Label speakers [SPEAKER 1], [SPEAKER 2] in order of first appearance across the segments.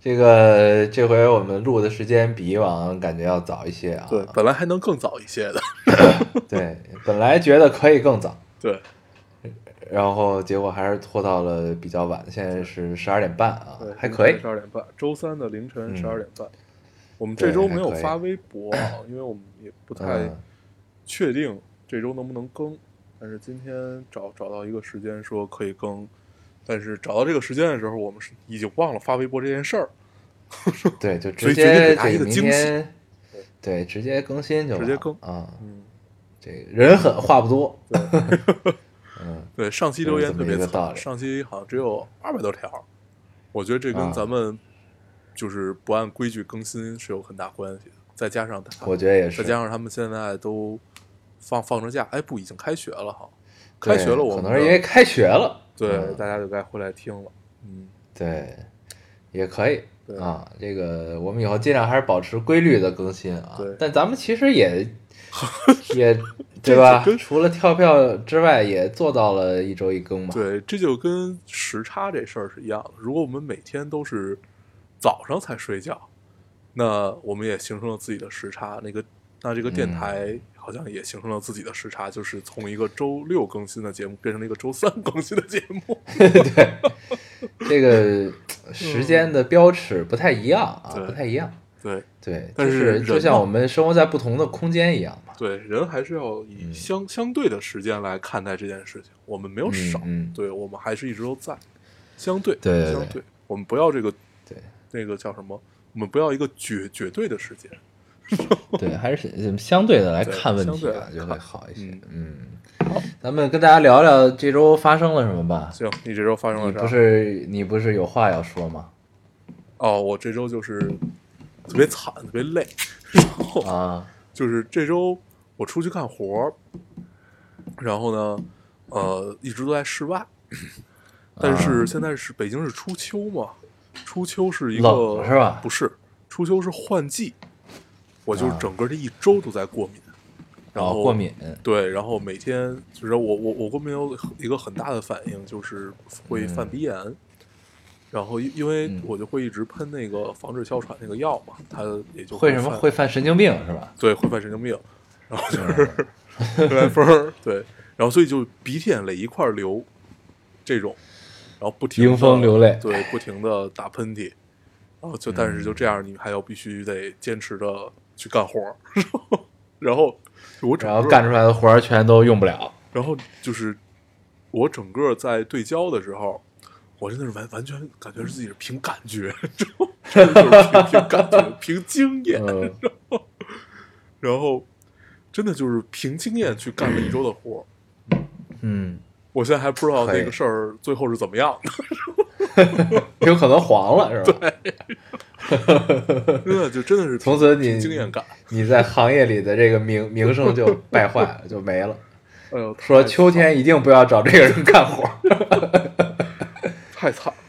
[SPEAKER 1] 这个这回我们录的时间比以往感觉要早一些啊。
[SPEAKER 2] 对，本来还能更早一些的。
[SPEAKER 1] 对，本来觉得可以更早，
[SPEAKER 2] 对，
[SPEAKER 1] 然后结果还是拖到了比较晚，现在是十二点半啊
[SPEAKER 2] 对，
[SPEAKER 1] 还可以
[SPEAKER 2] 凌晨。十二点半，周三的凌晨
[SPEAKER 1] 嗯
[SPEAKER 2] 十二点半。我们这周没有
[SPEAKER 1] 对还可以
[SPEAKER 2] 发微博啊，因为我们也不太
[SPEAKER 1] 嗯，
[SPEAKER 2] 确定这周能不能更。但是今天找找到一个时间说可以更，但是找到这个时间的时候，我们是已经忘了发微博这件事儿，
[SPEAKER 1] 对，就直
[SPEAKER 2] 所以决定
[SPEAKER 1] 接
[SPEAKER 2] 给大家
[SPEAKER 1] 这
[SPEAKER 2] 一个
[SPEAKER 1] 明
[SPEAKER 2] 惊喜
[SPEAKER 1] 天，对，直接更新就
[SPEAKER 2] 直接更
[SPEAKER 1] 啊。
[SPEAKER 2] 嗯，
[SPEAKER 1] 这个人狠话不多， 嗯
[SPEAKER 2] 对，上期留言特
[SPEAKER 1] 有
[SPEAKER 2] 别
[SPEAKER 1] 这么一个道
[SPEAKER 2] 惨，
[SPEAKER 1] 理
[SPEAKER 2] 上期好像只有二百多条，我觉得这
[SPEAKER 1] 啊
[SPEAKER 2] 跟咱们就是不按规矩更新是有很大关系的，再加上他，
[SPEAKER 1] 我觉得也是
[SPEAKER 2] 再。加上他们现在都放放着假，哎，不，已经开学了哈，
[SPEAKER 1] 对
[SPEAKER 2] 开学了我
[SPEAKER 1] 可
[SPEAKER 2] 们的，
[SPEAKER 1] 能是因为开学了。
[SPEAKER 2] 对、
[SPEAKER 1] 嗯
[SPEAKER 2] 大家就该回来听了，嗯，
[SPEAKER 1] 对，也可以
[SPEAKER 2] 对
[SPEAKER 1] 啊。这个我们以后尽量还是保持规律的更新啊
[SPEAKER 2] 对。
[SPEAKER 1] 但咱们其实 也也对吧
[SPEAKER 2] 这就？跟
[SPEAKER 1] 除了跳票之外，也做到了一周一更嘛。
[SPEAKER 2] 对，这就跟时差这事儿是一样的，如果我们每天都是早上才睡觉，那我们也形成了自己的时差，那个那这个
[SPEAKER 1] 嗯
[SPEAKER 2] 电台。好像也形成了自己的时差，就是从一个周六更新的节目变成了一个周三更新的节目。
[SPEAKER 1] 这个时间的标尺不太一样啊，
[SPEAKER 2] 对
[SPEAKER 1] 不太一样。
[SPEAKER 2] 对
[SPEAKER 1] 对，
[SPEAKER 2] 但
[SPEAKER 1] 就是是
[SPEAKER 2] 人
[SPEAKER 1] 就像
[SPEAKER 2] 嘛
[SPEAKER 1] 我们生活在不同的空间一样嘛。
[SPEAKER 2] 对，人还是要
[SPEAKER 1] 嗯
[SPEAKER 2] 以相、相对的时间来看待这件事情。我们没有少，
[SPEAKER 1] 嗯嗯
[SPEAKER 2] 对我们还是一直都在，相对，
[SPEAKER 1] 对对对
[SPEAKER 2] 相对，我们不要这个
[SPEAKER 1] 对
[SPEAKER 2] 那个叫什么？我们不要一个绝绝对的时间。
[SPEAKER 1] 对，还是嗯相对的来
[SPEAKER 2] 对
[SPEAKER 1] 看问
[SPEAKER 2] 相
[SPEAKER 1] 题
[SPEAKER 2] 对
[SPEAKER 1] 啊，
[SPEAKER 2] 来
[SPEAKER 1] 就会
[SPEAKER 2] 看
[SPEAKER 1] 好一些
[SPEAKER 2] 嗯。
[SPEAKER 1] 嗯，咱们跟大家聊聊这周发生了什么吧。
[SPEAKER 2] 行，你这周发生
[SPEAKER 1] 你
[SPEAKER 2] 了啥？
[SPEAKER 1] 嗯不是你不是有话要说吗？
[SPEAKER 2] 哦，我这周就是特别惨，特别累，
[SPEAKER 1] 啊，
[SPEAKER 2] 就是这周我出去干活儿，然后呢，呃，一直都在室
[SPEAKER 1] 啊
[SPEAKER 2] 外，但是现在是北京是初秋嘛，初秋是一
[SPEAKER 1] 冷
[SPEAKER 2] 个
[SPEAKER 1] 是吧
[SPEAKER 2] 不是，初秋是换季，我就是整个这一周都在过敏，然后、
[SPEAKER 1] 啊哦过。敏，
[SPEAKER 2] 对，然后每天就是我我我过敏有一个很大的反应就是会犯鼻炎，然后因因为
[SPEAKER 1] 嗯
[SPEAKER 2] 我就会一直喷那个防治哮喘那个药嘛，它也就
[SPEAKER 1] 会什么
[SPEAKER 2] 犯
[SPEAKER 1] 会嗯犯神经病是吧？
[SPEAKER 2] 对，会犯神经病，然后就是会来风儿，对，然后所以就鼻涕眼泪一块儿流，这种，然后不停地
[SPEAKER 1] 迎风流泪嗯
[SPEAKER 2] 对，不停的打喷嚏，然后就但是就这样，你还要必须得坚持着去干活儿， 然后我整
[SPEAKER 1] 然
[SPEAKER 2] 个
[SPEAKER 1] 后干出来的活儿全都用不了。
[SPEAKER 2] 然后就是我整个在对焦的时候，我真的是完完全感觉是自己是凭感觉， 真的就是凭凭感觉、凭经验，
[SPEAKER 1] 嗯
[SPEAKER 2] 然后真的就是凭经验去干了一周的活儿。
[SPEAKER 1] 嗯，
[SPEAKER 2] 我现在还不知道
[SPEAKER 1] 可以
[SPEAKER 2] 那个事儿最后是怎么样的，
[SPEAKER 1] 有可能黄了是吧？
[SPEAKER 2] 真的就真的是
[SPEAKER 1] 从此
[SPEAKER 2] 凭
[SPEAKER 1] 你
[SPEAKER 2] 经验干。
[SPEAKER 1] 你在行业里的这个 名名声就败坏了，就没了。
[SPEAKER 2] 哎呦，
[SPEAKER 1] 说
[SPEAKER 2] 太
[SPEAKER 1] 秋天一定不要找这个人干活儿。
[SPEAKER 2] 太惨了。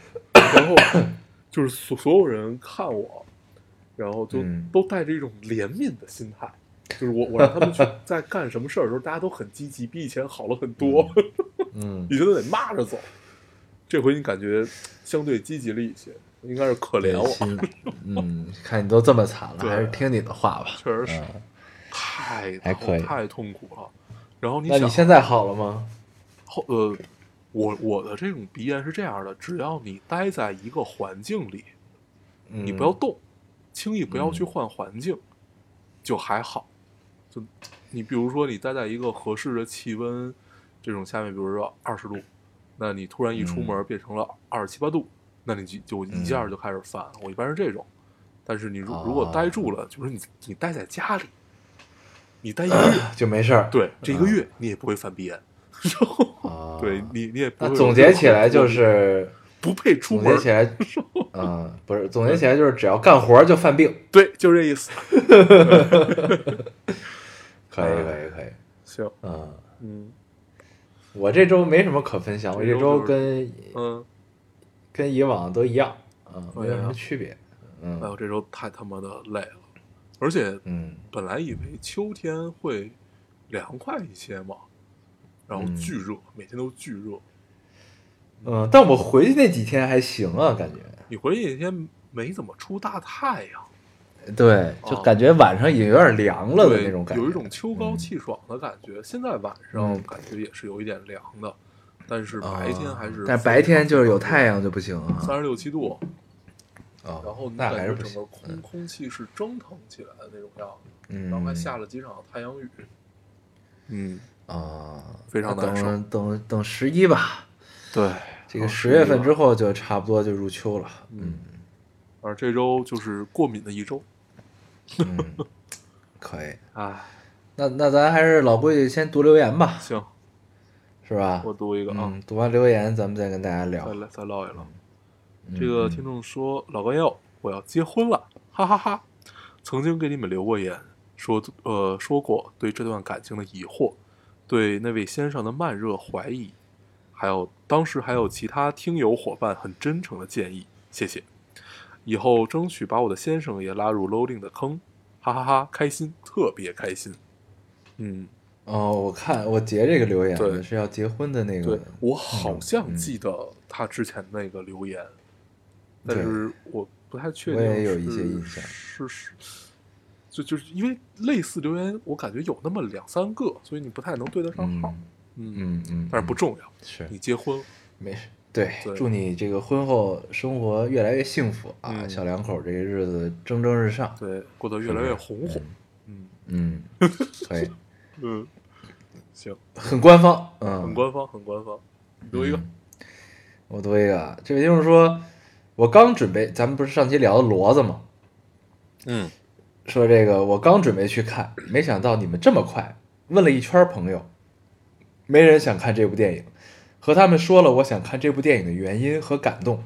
[SPEAKER 2] 然后 就是所所有人看我，然后就
[SPEAKER 1] 嗯
[SPEAKER 2] 都带着一种怜悯的心态，就是我我让他们去在干什么事儿的时候，大家都很积极，比以前好了很多，
[SPEAKER 1] 嗯，
[SPEAKER 2] 以前都得骂着走，这回你感觉相对积极了一些，应该是可怜我，
[SPEAKER 1] 心嗯，看你都这么惨了，
[SPEAKER 2] 对
[SPEAKER 1] 还是听你的话吧。
[SPEAKER 2] 确实是
[SPEAKER 1] 嗯
[SPEAKER 2] 太
[SPEAKER 1] 还可以
[SPEAKER 2] 太痛苦了。然后你
[SPEAKER 1] 那
[SPEAKER 2] 想
[SPEAKER 1] 你，现在好了吗？
[SPEAKER 2] 后呃，我我的这种鼻炎是这样的，只要你待在一个环境里，你
[SPEAKER 1] 你
[SPEAKER 2] 不要动，轻易不要
[SPEAKER 1] 嗯
[SPEAKER 2] 去换环境，就还好。就你比如说，你待在一个合适的气温这种下面，比如说二十度，那你突然一
[SPEAKER 1] 嗯
[SPEAKER 2] 出门变成了二十七八度，那你就就一下就开始犯。我一般是这种，但是你如如
[SPEAKER 1] 哦
[SPEAKER 2] 果待住了，就是你你待在家里，你待一个 月，
[SPEAKER 1] 就没事儿。
[SPEAKER 2] 对，这一个
[SPEAKER 1] 嗯
[SPEAKER 2] 月你也不会犯鼻炎，然后
[SPEAKER 1] 啊，
[SPEAKER 2] 对你你也不
[SPEAKER 1] 那
[SPEAKER 2] 会有
[SPEAKER 1] 总
[SPEAKER 2] 任
[SPEAKER 1] 结
[SPEAKER 2] 何
[SPEAKER 1] 起来
[SPEAKER 2] 的
[SPEAKER 1] 就
[SPEAKER 2] 问题
[SPEAKER 1] 是，
[SPEAKER 2] 不配出
[SPEAKER 1] 总
[SPEAKER 2] 门
[SPEAKER 1] 结。起来， 嗯，不是，总结起来就是只要干活就犯病。
[SPEAKER 2] 对，就这意思。
[SPEAKER 1] 可以，可以，可以。
[SPEAKER 2] 行，
[SPEAKER 1] 嗯，
[SPEAKER 2] 嗯
[SPEAKER 1] 我这周没什么可分享，我这周跟
[SPEAKER 2] 嗯，
[SPEAKER 1] 跟以往都一样，嗯，没
[SPEAKER 2] 哎呀
[SPEAKER 1] 有什么区别。
[SPEAKER 2] 哎
[SPEAKER 1] 嗯
[SPEAKER 2] 呦，这周太他妈的累了，而且
[SPEAKER 1] 嗯，
[SPEAKER 2] 本来以为秋天会凉快一些嘛，然后
[SPEAKER 1] 嗯
[SPEAKER 2] 巨热，每天都巨热。
[SPEAKER 1] 嗯，但我回去那几天还行啊，感觉。
[SPEAKER 2] 你回去那天没怎么出大太阳，
[SPEAKER 1] 对，就感觉晚上也有点凉了的
[SPEAKER 2] 对
[SPEAKER 1] 那种感觉，
[SPEAKER 2] 有一种秋高
[SPEAKER 1] 嗯。
[SPEAKER 2] 气爽的感觉。现在晚上
[SPEAKER 1] 嗯
[SPEAKER 2] 感觉也是有一点凉的，但是
[SPEAKER 1] 啊
[SPEAKER 2] 白天还是、
[SPEAKER 1] 但白天就是有太阳就不行啊。
[SPEAKER 2] 三十六七度，
[SPEAKER 1] 哦
[SPEAKER 2] 然后你
[SPEAKER 1] 那
[SPEAKER 2] 感
[SPEAKER 1] 还是
[SPEAKER 2] 觉
[SPEAKER 1] 不
[SPEAKER 2] 整
[SPEAKER 1] 行
[SPEAKER 2] 个。空空气是蒸腾起来的那种样子，
[SPEAKER 1] 嗯，
[SPEAKER 2] 然后还下了几场太阳雨。嗯，
[SPEAKER 1] 啊，
[SPEAKER 2] 非常难受
[SPEAKER 1] 等等等十一吧，
[SPEAKER 2] 对，
[SPEAKER 1] 这个十月份之后就差不多就入秋了。
[SPEAKER 2] 嗯，而这周就是过敏的一周。
[SPEAKER 1] 嗯，可以。
[SPEAKER 2] 哎，
[SPEAKER 1] 那那咱还是老规矩，先读留言吧，
[SPEAKER 2] 行，
[SPEAKER 1] 是吧？
[SPEAKER 2] 我读一个啊，
[SPEAKER 1] 嗯，读完留言咱们再跟大家聊
[SPEAKER 2] 再。来再唠一唠。
[SPEAKER 1] 嗯
[SPEAKER 2] 这个听众说：“老高要我要结婚了，哈哈哈曾经给你们留过言，说呃说过对这段感情的疑惑，对那位先生的慢热怀疑，还有当时还有其他听友伙伴很真诚的建议，谢谢。以后争取把我的先生也拉入 loading 的坑，哈哈哈开心，特别开心。嗯，
[SPEAKER 1] 哦，我看我截这个留言
[SPEAKER 2] 对
[SPEAKER 1] 了，是要结婚的那嗯
[SPEAKER 2] 对
[SPEAKER 1] 个，
[SPEAKER 2] 我好像记得他之前那个留言，但
[SPEAKER 1] 对
[SPEAKER 2] 是我不太确定
[SPEAKER 1] 我
[SPEAKER 2] 是，
[SPEAKER 1] 也有一些印象
[SPEAKER 2] 是是，就就是因为类似留言，我感觉有那么两三个，所以你不太能对得上
[SPEAKER 1] 嗯
[SPEAKER 2] 号。嗯，
[SPEAKER 1] 嗯嗯，
[SPEAKER 2] 但是不重要，
[SPEAKER 1] 是
[SPEAKER 2] 你结婚了，
[SPEAKER 1] 没事。对
[SPEAKER 2] 对，
[SPEAKER 1] 祝你这个婚后生活越来越幸福啊！
[SPEAKER 2] 嗯
[SPEAKER 1] 小两口这个日子蒸蒸日上。
[SPEAKER 2] 对，过得越来越红火。嗯
[SPEAKER 1] 嗯，可以，
[SPEAKER 2] 嗯，行，
[SPEAKER 1] 很官方，嗯，
[SPEAKER 2] 很官方，很官方。留一个，
[SPEAKER 1] 我读一个啊，这位听众说，我刚准备，咱们不是上期聊的骡子吗？
[SPEAKER 2] 嗯，
[SPEAKER 1] 说这个我刚准备去看，没想到你们这么快。问了一圈朋友，没人想看这部电影，和他们说了我想看这部电影的原因和感动，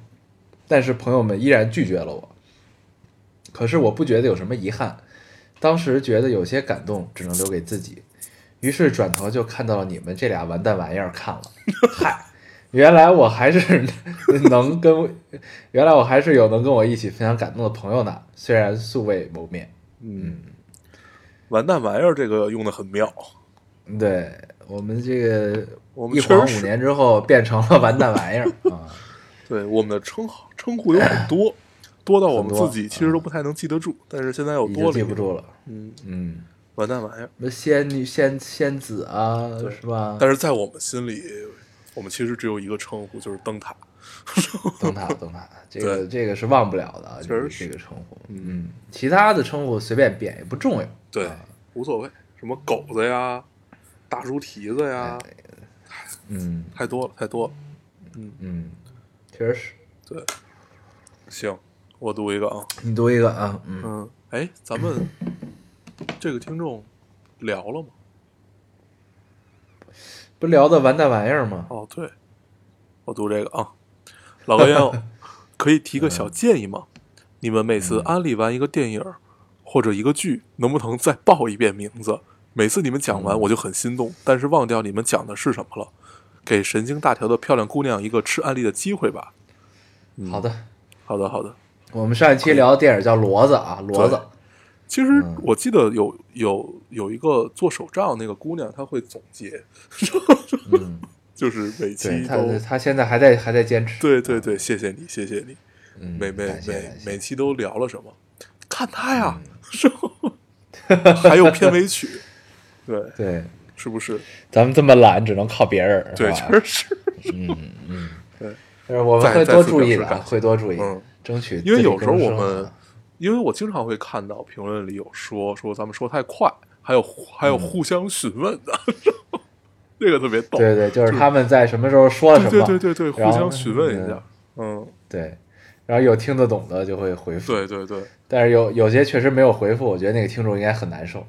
[SPEAKER 1] 但是朋友们依然拒绝了我。可是我不觉得有什么遗憾，当时觉得有些感动只能留给自己，于是转头就看到了你们这俩完蛋玩意儿看了，嗨，原来我还是能跟，原来我还是有能跟我一起分享感动的朋友呢，虽然素未谋面。
[SPEAKER 2] 嗯，完蛋玩意儿这个用的很妙。
[SPEAKER 1] 对我们这个
[SPEAKER 2] 我们
[SPEAKER 1] 一
[SPEAKER 2] 确
[SPEAKER 1] 晃
[SPEAKER 2] 实
[SPEAKER 1] 五年之后变成了完蛋玩意儿 啊，
[SPEAKER 2] 对我们的称号称呼有很多，多到我们
[SPEAKER 1] 很多啊
[SPEAKER 2] 自己其实都不太能记得住，但是现在又
[SPEAKER 1] 已
[SPEAKER 2] 多
[SPEAKER 1] 经
[SPEAKER 2] 了
[SPEAKER 1] 记
[SPEAKER 2] 一
[SPEAKER 1] 不
[SPEAKER 2] 个，
[SPEAKER 1] 住了。
[SPEAKER 2] 嗯，
[SPEAKER 1] 嗯，
[SPEAKER 2] 完蛋玩意儿。
[SPEAKER 1] 什么仙女、仙仙子啊，是吧？
[SPEAKER 2] 但是在我们心里，我们其实只有一个称呼，就是灯塔。
[SPEAKER 1] 灯塔，灯塔，这个这个是忘不了的啊，这
[SPEAKER 2] 确
[SPEAKER 1] 个
[SPEAKER 2] 实是
[SPEAKER 1] 这个称呼。嗯，其他的称呼随便变也不重要。
[SPEAKER 2] 对，
[SPEAKER 1] 啊
[SPEAKER 2] 无所谓，什么狗子呀，大猪蹄子呀，
[SPEAKER 1] 哎嗯
[SPEAKER 2] 太多了，太多了。
[SPEAKER 1] 嗯，确实是。
[SPEAKER 2] 对，行，我读一个啊，
[SPEAKER 1] 你读一个啊，嗯，
[SPEAKER 2] 嗯，哎，咱们这个听众聊了吗？
[SPEAKER 1] 不聊的完蛋玩意儿吗？
[SPEAKER 2] 哦，对，我读这个啊，老 高要可以提个
[SPEAKER 1] 嗯
[SPEAKER 2] 小建议吗？你们每次安利完一个电影儿或者一个剧，能不能再报一遍名字？每次你们讲
[SPEAKER 1] 嗯
[SPEAKER 2] 完，我就很心动，但是忘掉你们讲的是什么了。给神经大条的漂亮姑娘一个吃安利的机会吧。嗯
[SPEAKER 1] 好的，
[SPEAKER 2] 好的，好的。
[SPEAKER 1] 我们上一期聊的电影叫《骡子》啊，《骡子》
[SPEAKER 2] 其实
[SPEAKER 1] 嗯
[SPEAKER 2] 我记得有有有一个做手账那个姑娘，她会总结，
[SPEAKER 1] 嗯，
[SPEAKER 2] 就是
[SPEAKER 1] 对
[SPEAKER 2] 每期
[SPEAKER 1] 他
[SPEAKER 2] 都
[SPEAKER 1] 他现在还嗯在还在坚持，
[SPEAKER 2] 对对对，谢谢你，谢谢你。
[SPEAKER 1] 嗯，
[SPEAKER 2] 每每
[SPEAKER 1] 感谢感
[SPEAKER 2] 每
[SPEAKER 1] 谢嗯
[SPEAKER 2] 每期都聊了什么？看他呀， 是吧还有片尾曲，对，
[SPEAKER 1] 对，
[SPEAKER 2] 是不是？
[SPEAKER 1] 咱们这么懒，只能靠别人，
[SPEAKER 2] 对，
[SPEAKER 1] 是吧
[SPEAKER 2] 确实，
[SPEAKER 1] 但是我们
[SPEAKER 2] 再
[SPEAKER 1] 会
[SPEAKER 2] 再
[SPEAKER 1] 多
[SPEAKER 2] 次
[SPEAKER 1] 注
[SPEAKER 2] 表
[SPEAKER 1] 意
[SPEAKER 2] 示
[SPEAKER 1] 的
[SPEAKER 2] 感
[SPEAKER 1] 啊，
[SPEAKER 2] 谢
[SPEAKER 1] 会多注意
[SPEAKER 2] 嗯，
[SPEAKER 1] 争取
[SPEAKER 2] 因
[SPEAKER 1] 自
[SPEAKER 2] 为
[SPEAKER 1] 力
[SPEAKER 2] 有时候
[SPEAKER 1] 更
[SPEAKER 2] 我
[SPEAKER 1] 生
[SPEAKER 2] 们
[SPEAKER 1] 啊，
[SPEAKER 2] 因为我经常会看到评论里有说说咱们说太快，还有还
[SPEAKER 1] 嗯
[SPEAKER 2] 有互相询问的， 这个特别逗，
[SPEAKER 1] 对对，就是他们在什么时候说了
[SPEAKER 2] 对
[SPEAKER 1] 什
[SPEAKER 2] 对
[SPEAKER 1] 么，
[SPEAKER 2] 对对对，互
[SPEAKER 1] 然后
[SPEAKER 2] 相询问一，
[SPEAKER 1] 嗯
[SPEAKER 2] 下，嗯，
[SPEAKER 1] 对，然后有听得懂的就会回复，
[SPEAKER 2] 对对对，
[SPEAKER 1] 但是有有些确实没有回复，我觉得那个听众应该很难 受。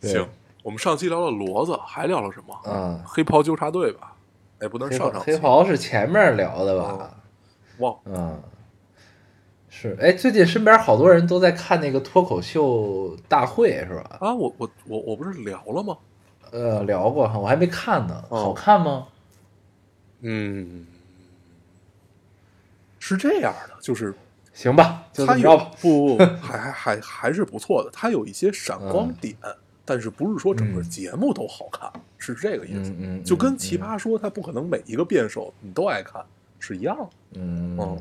[SPEAKER 1] 对
[SPEAKER 2] 行，我们上期聊了骡子，还聊了什么？
[SPEAKER 1] 嗯
[SPEAKER 2] 黑袍纠察队吧，哎，不能
[SPEAKER 1] 黑
[SPEAKER 2] 上
[SPEAKER 1] 袍
[SPEAKER 2] 上
[SPEAKER 1] 黑袍是前面聊的吧？
[SPEAKER 2] 忘了
[SPEAKER 1] 嗯，是。哎，最近身边好多人都在看那个脱口秀大会，是吧？
[SPEAKER 2] 啊！我我我我不是聊了吗？
[SPEAKER 1] 呃，聊过哈，我还没看呢。
[SPEAKER 2] 哦
[SPEAKER 1] 好看吗？
[SPEAKER 2] 嗯，是这样的，就是
[SPEAKER 1] 行吧，就这
[SPEAKER 2] 它
[SPEAKER 1] 么
[SPEAKER 2] 有
[SPEAKER 1] 着吧。
[SPEAKER 2] 不不不，还还还还是不错的，它有一些闪
[SPEAKER 1] 嗯
[SPEAKER 2] 光点，但是不是说整个节目都好看，是这个意
[SPEAKER 1] 嗯
[SPEAKER 2] 思。
[SPEAKER 1] 嗯嗯
[SPEAKER 2] 就跟奇葩说，它不可能每一个辩手你都爱看是一样的。
[SPEAKER 1] 嗯
[SPEAKER 2] 哦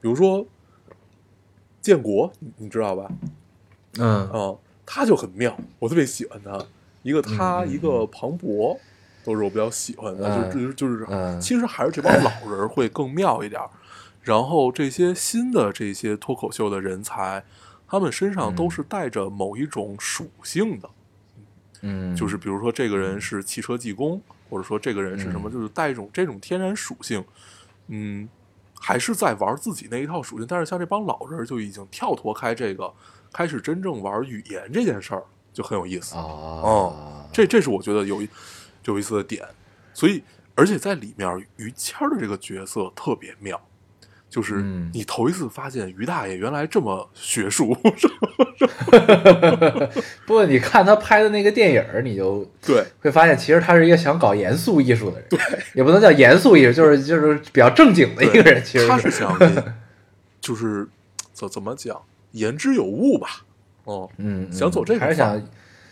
[SPEAKER 2] 比如说建国，你你知道吧？
[SPEAKER 1] 嗯
[SPEAKER 2] 啊、他就很妙，我特别喜欢他。一个他，
[SPEAKER 1] 嗯嗯
[SPEAKER 2] 一个庞博，都是我比较喜欢的。
[SPEAKER 1] 嗯
[SPEAKER 2] 就是就是，
[SPEAKER 1] 嗯
[SPEAKER 2] 其实还是这帮老人儿会更妙一点儿。然后这些新的这些脱口秀的人才，他们身上都是带着某一种属性的，
[SPEAKER 1] 嗯，
[SPEAKER 2] 就是比如说这个人是汽车技工，或者说这个人是什么，
[SPEAKER 1] 嗯
[SPEAKER 2] 就是带一种这种天然属性。嗯，还是在玩自己那一套属性，但是像这帮老人儿就已经跳脱开这个，开始真正玩语言这件事儿，就很有意思。
[SPEAKER 1] 啊，
[SPEAKER 2] 哦这这是我觉得有一有意思的点。所以，而且在里面，于谦儿的这个角色特别妙，就是
[SPEAKER 1] 嗯
[SPEAKER 2] 你头一次发现于大爷原来这么 学术，
[SPEAKER 1] 不过你看他拍的那个电影儿，你就
[SPEAKER 2] 对
[SPEAKER 1] 会发现，其实他是一个想搞严肃艺术的人，也不能叫严肃艺术，就是就是比较正经的一个人。其实
[SPEAKER 2] 他
[SPEAKER 1] 是
[SPEAKER 2] 是 想就是怎怎么讲，言之有物吧，哦、
[SPEAKER 1] 嗯，嗯
[SPEAKER 2] 想走这个
[SPEAKER 1] 还是
[SPEAKER 2] 范
[SPEAKER 1] 想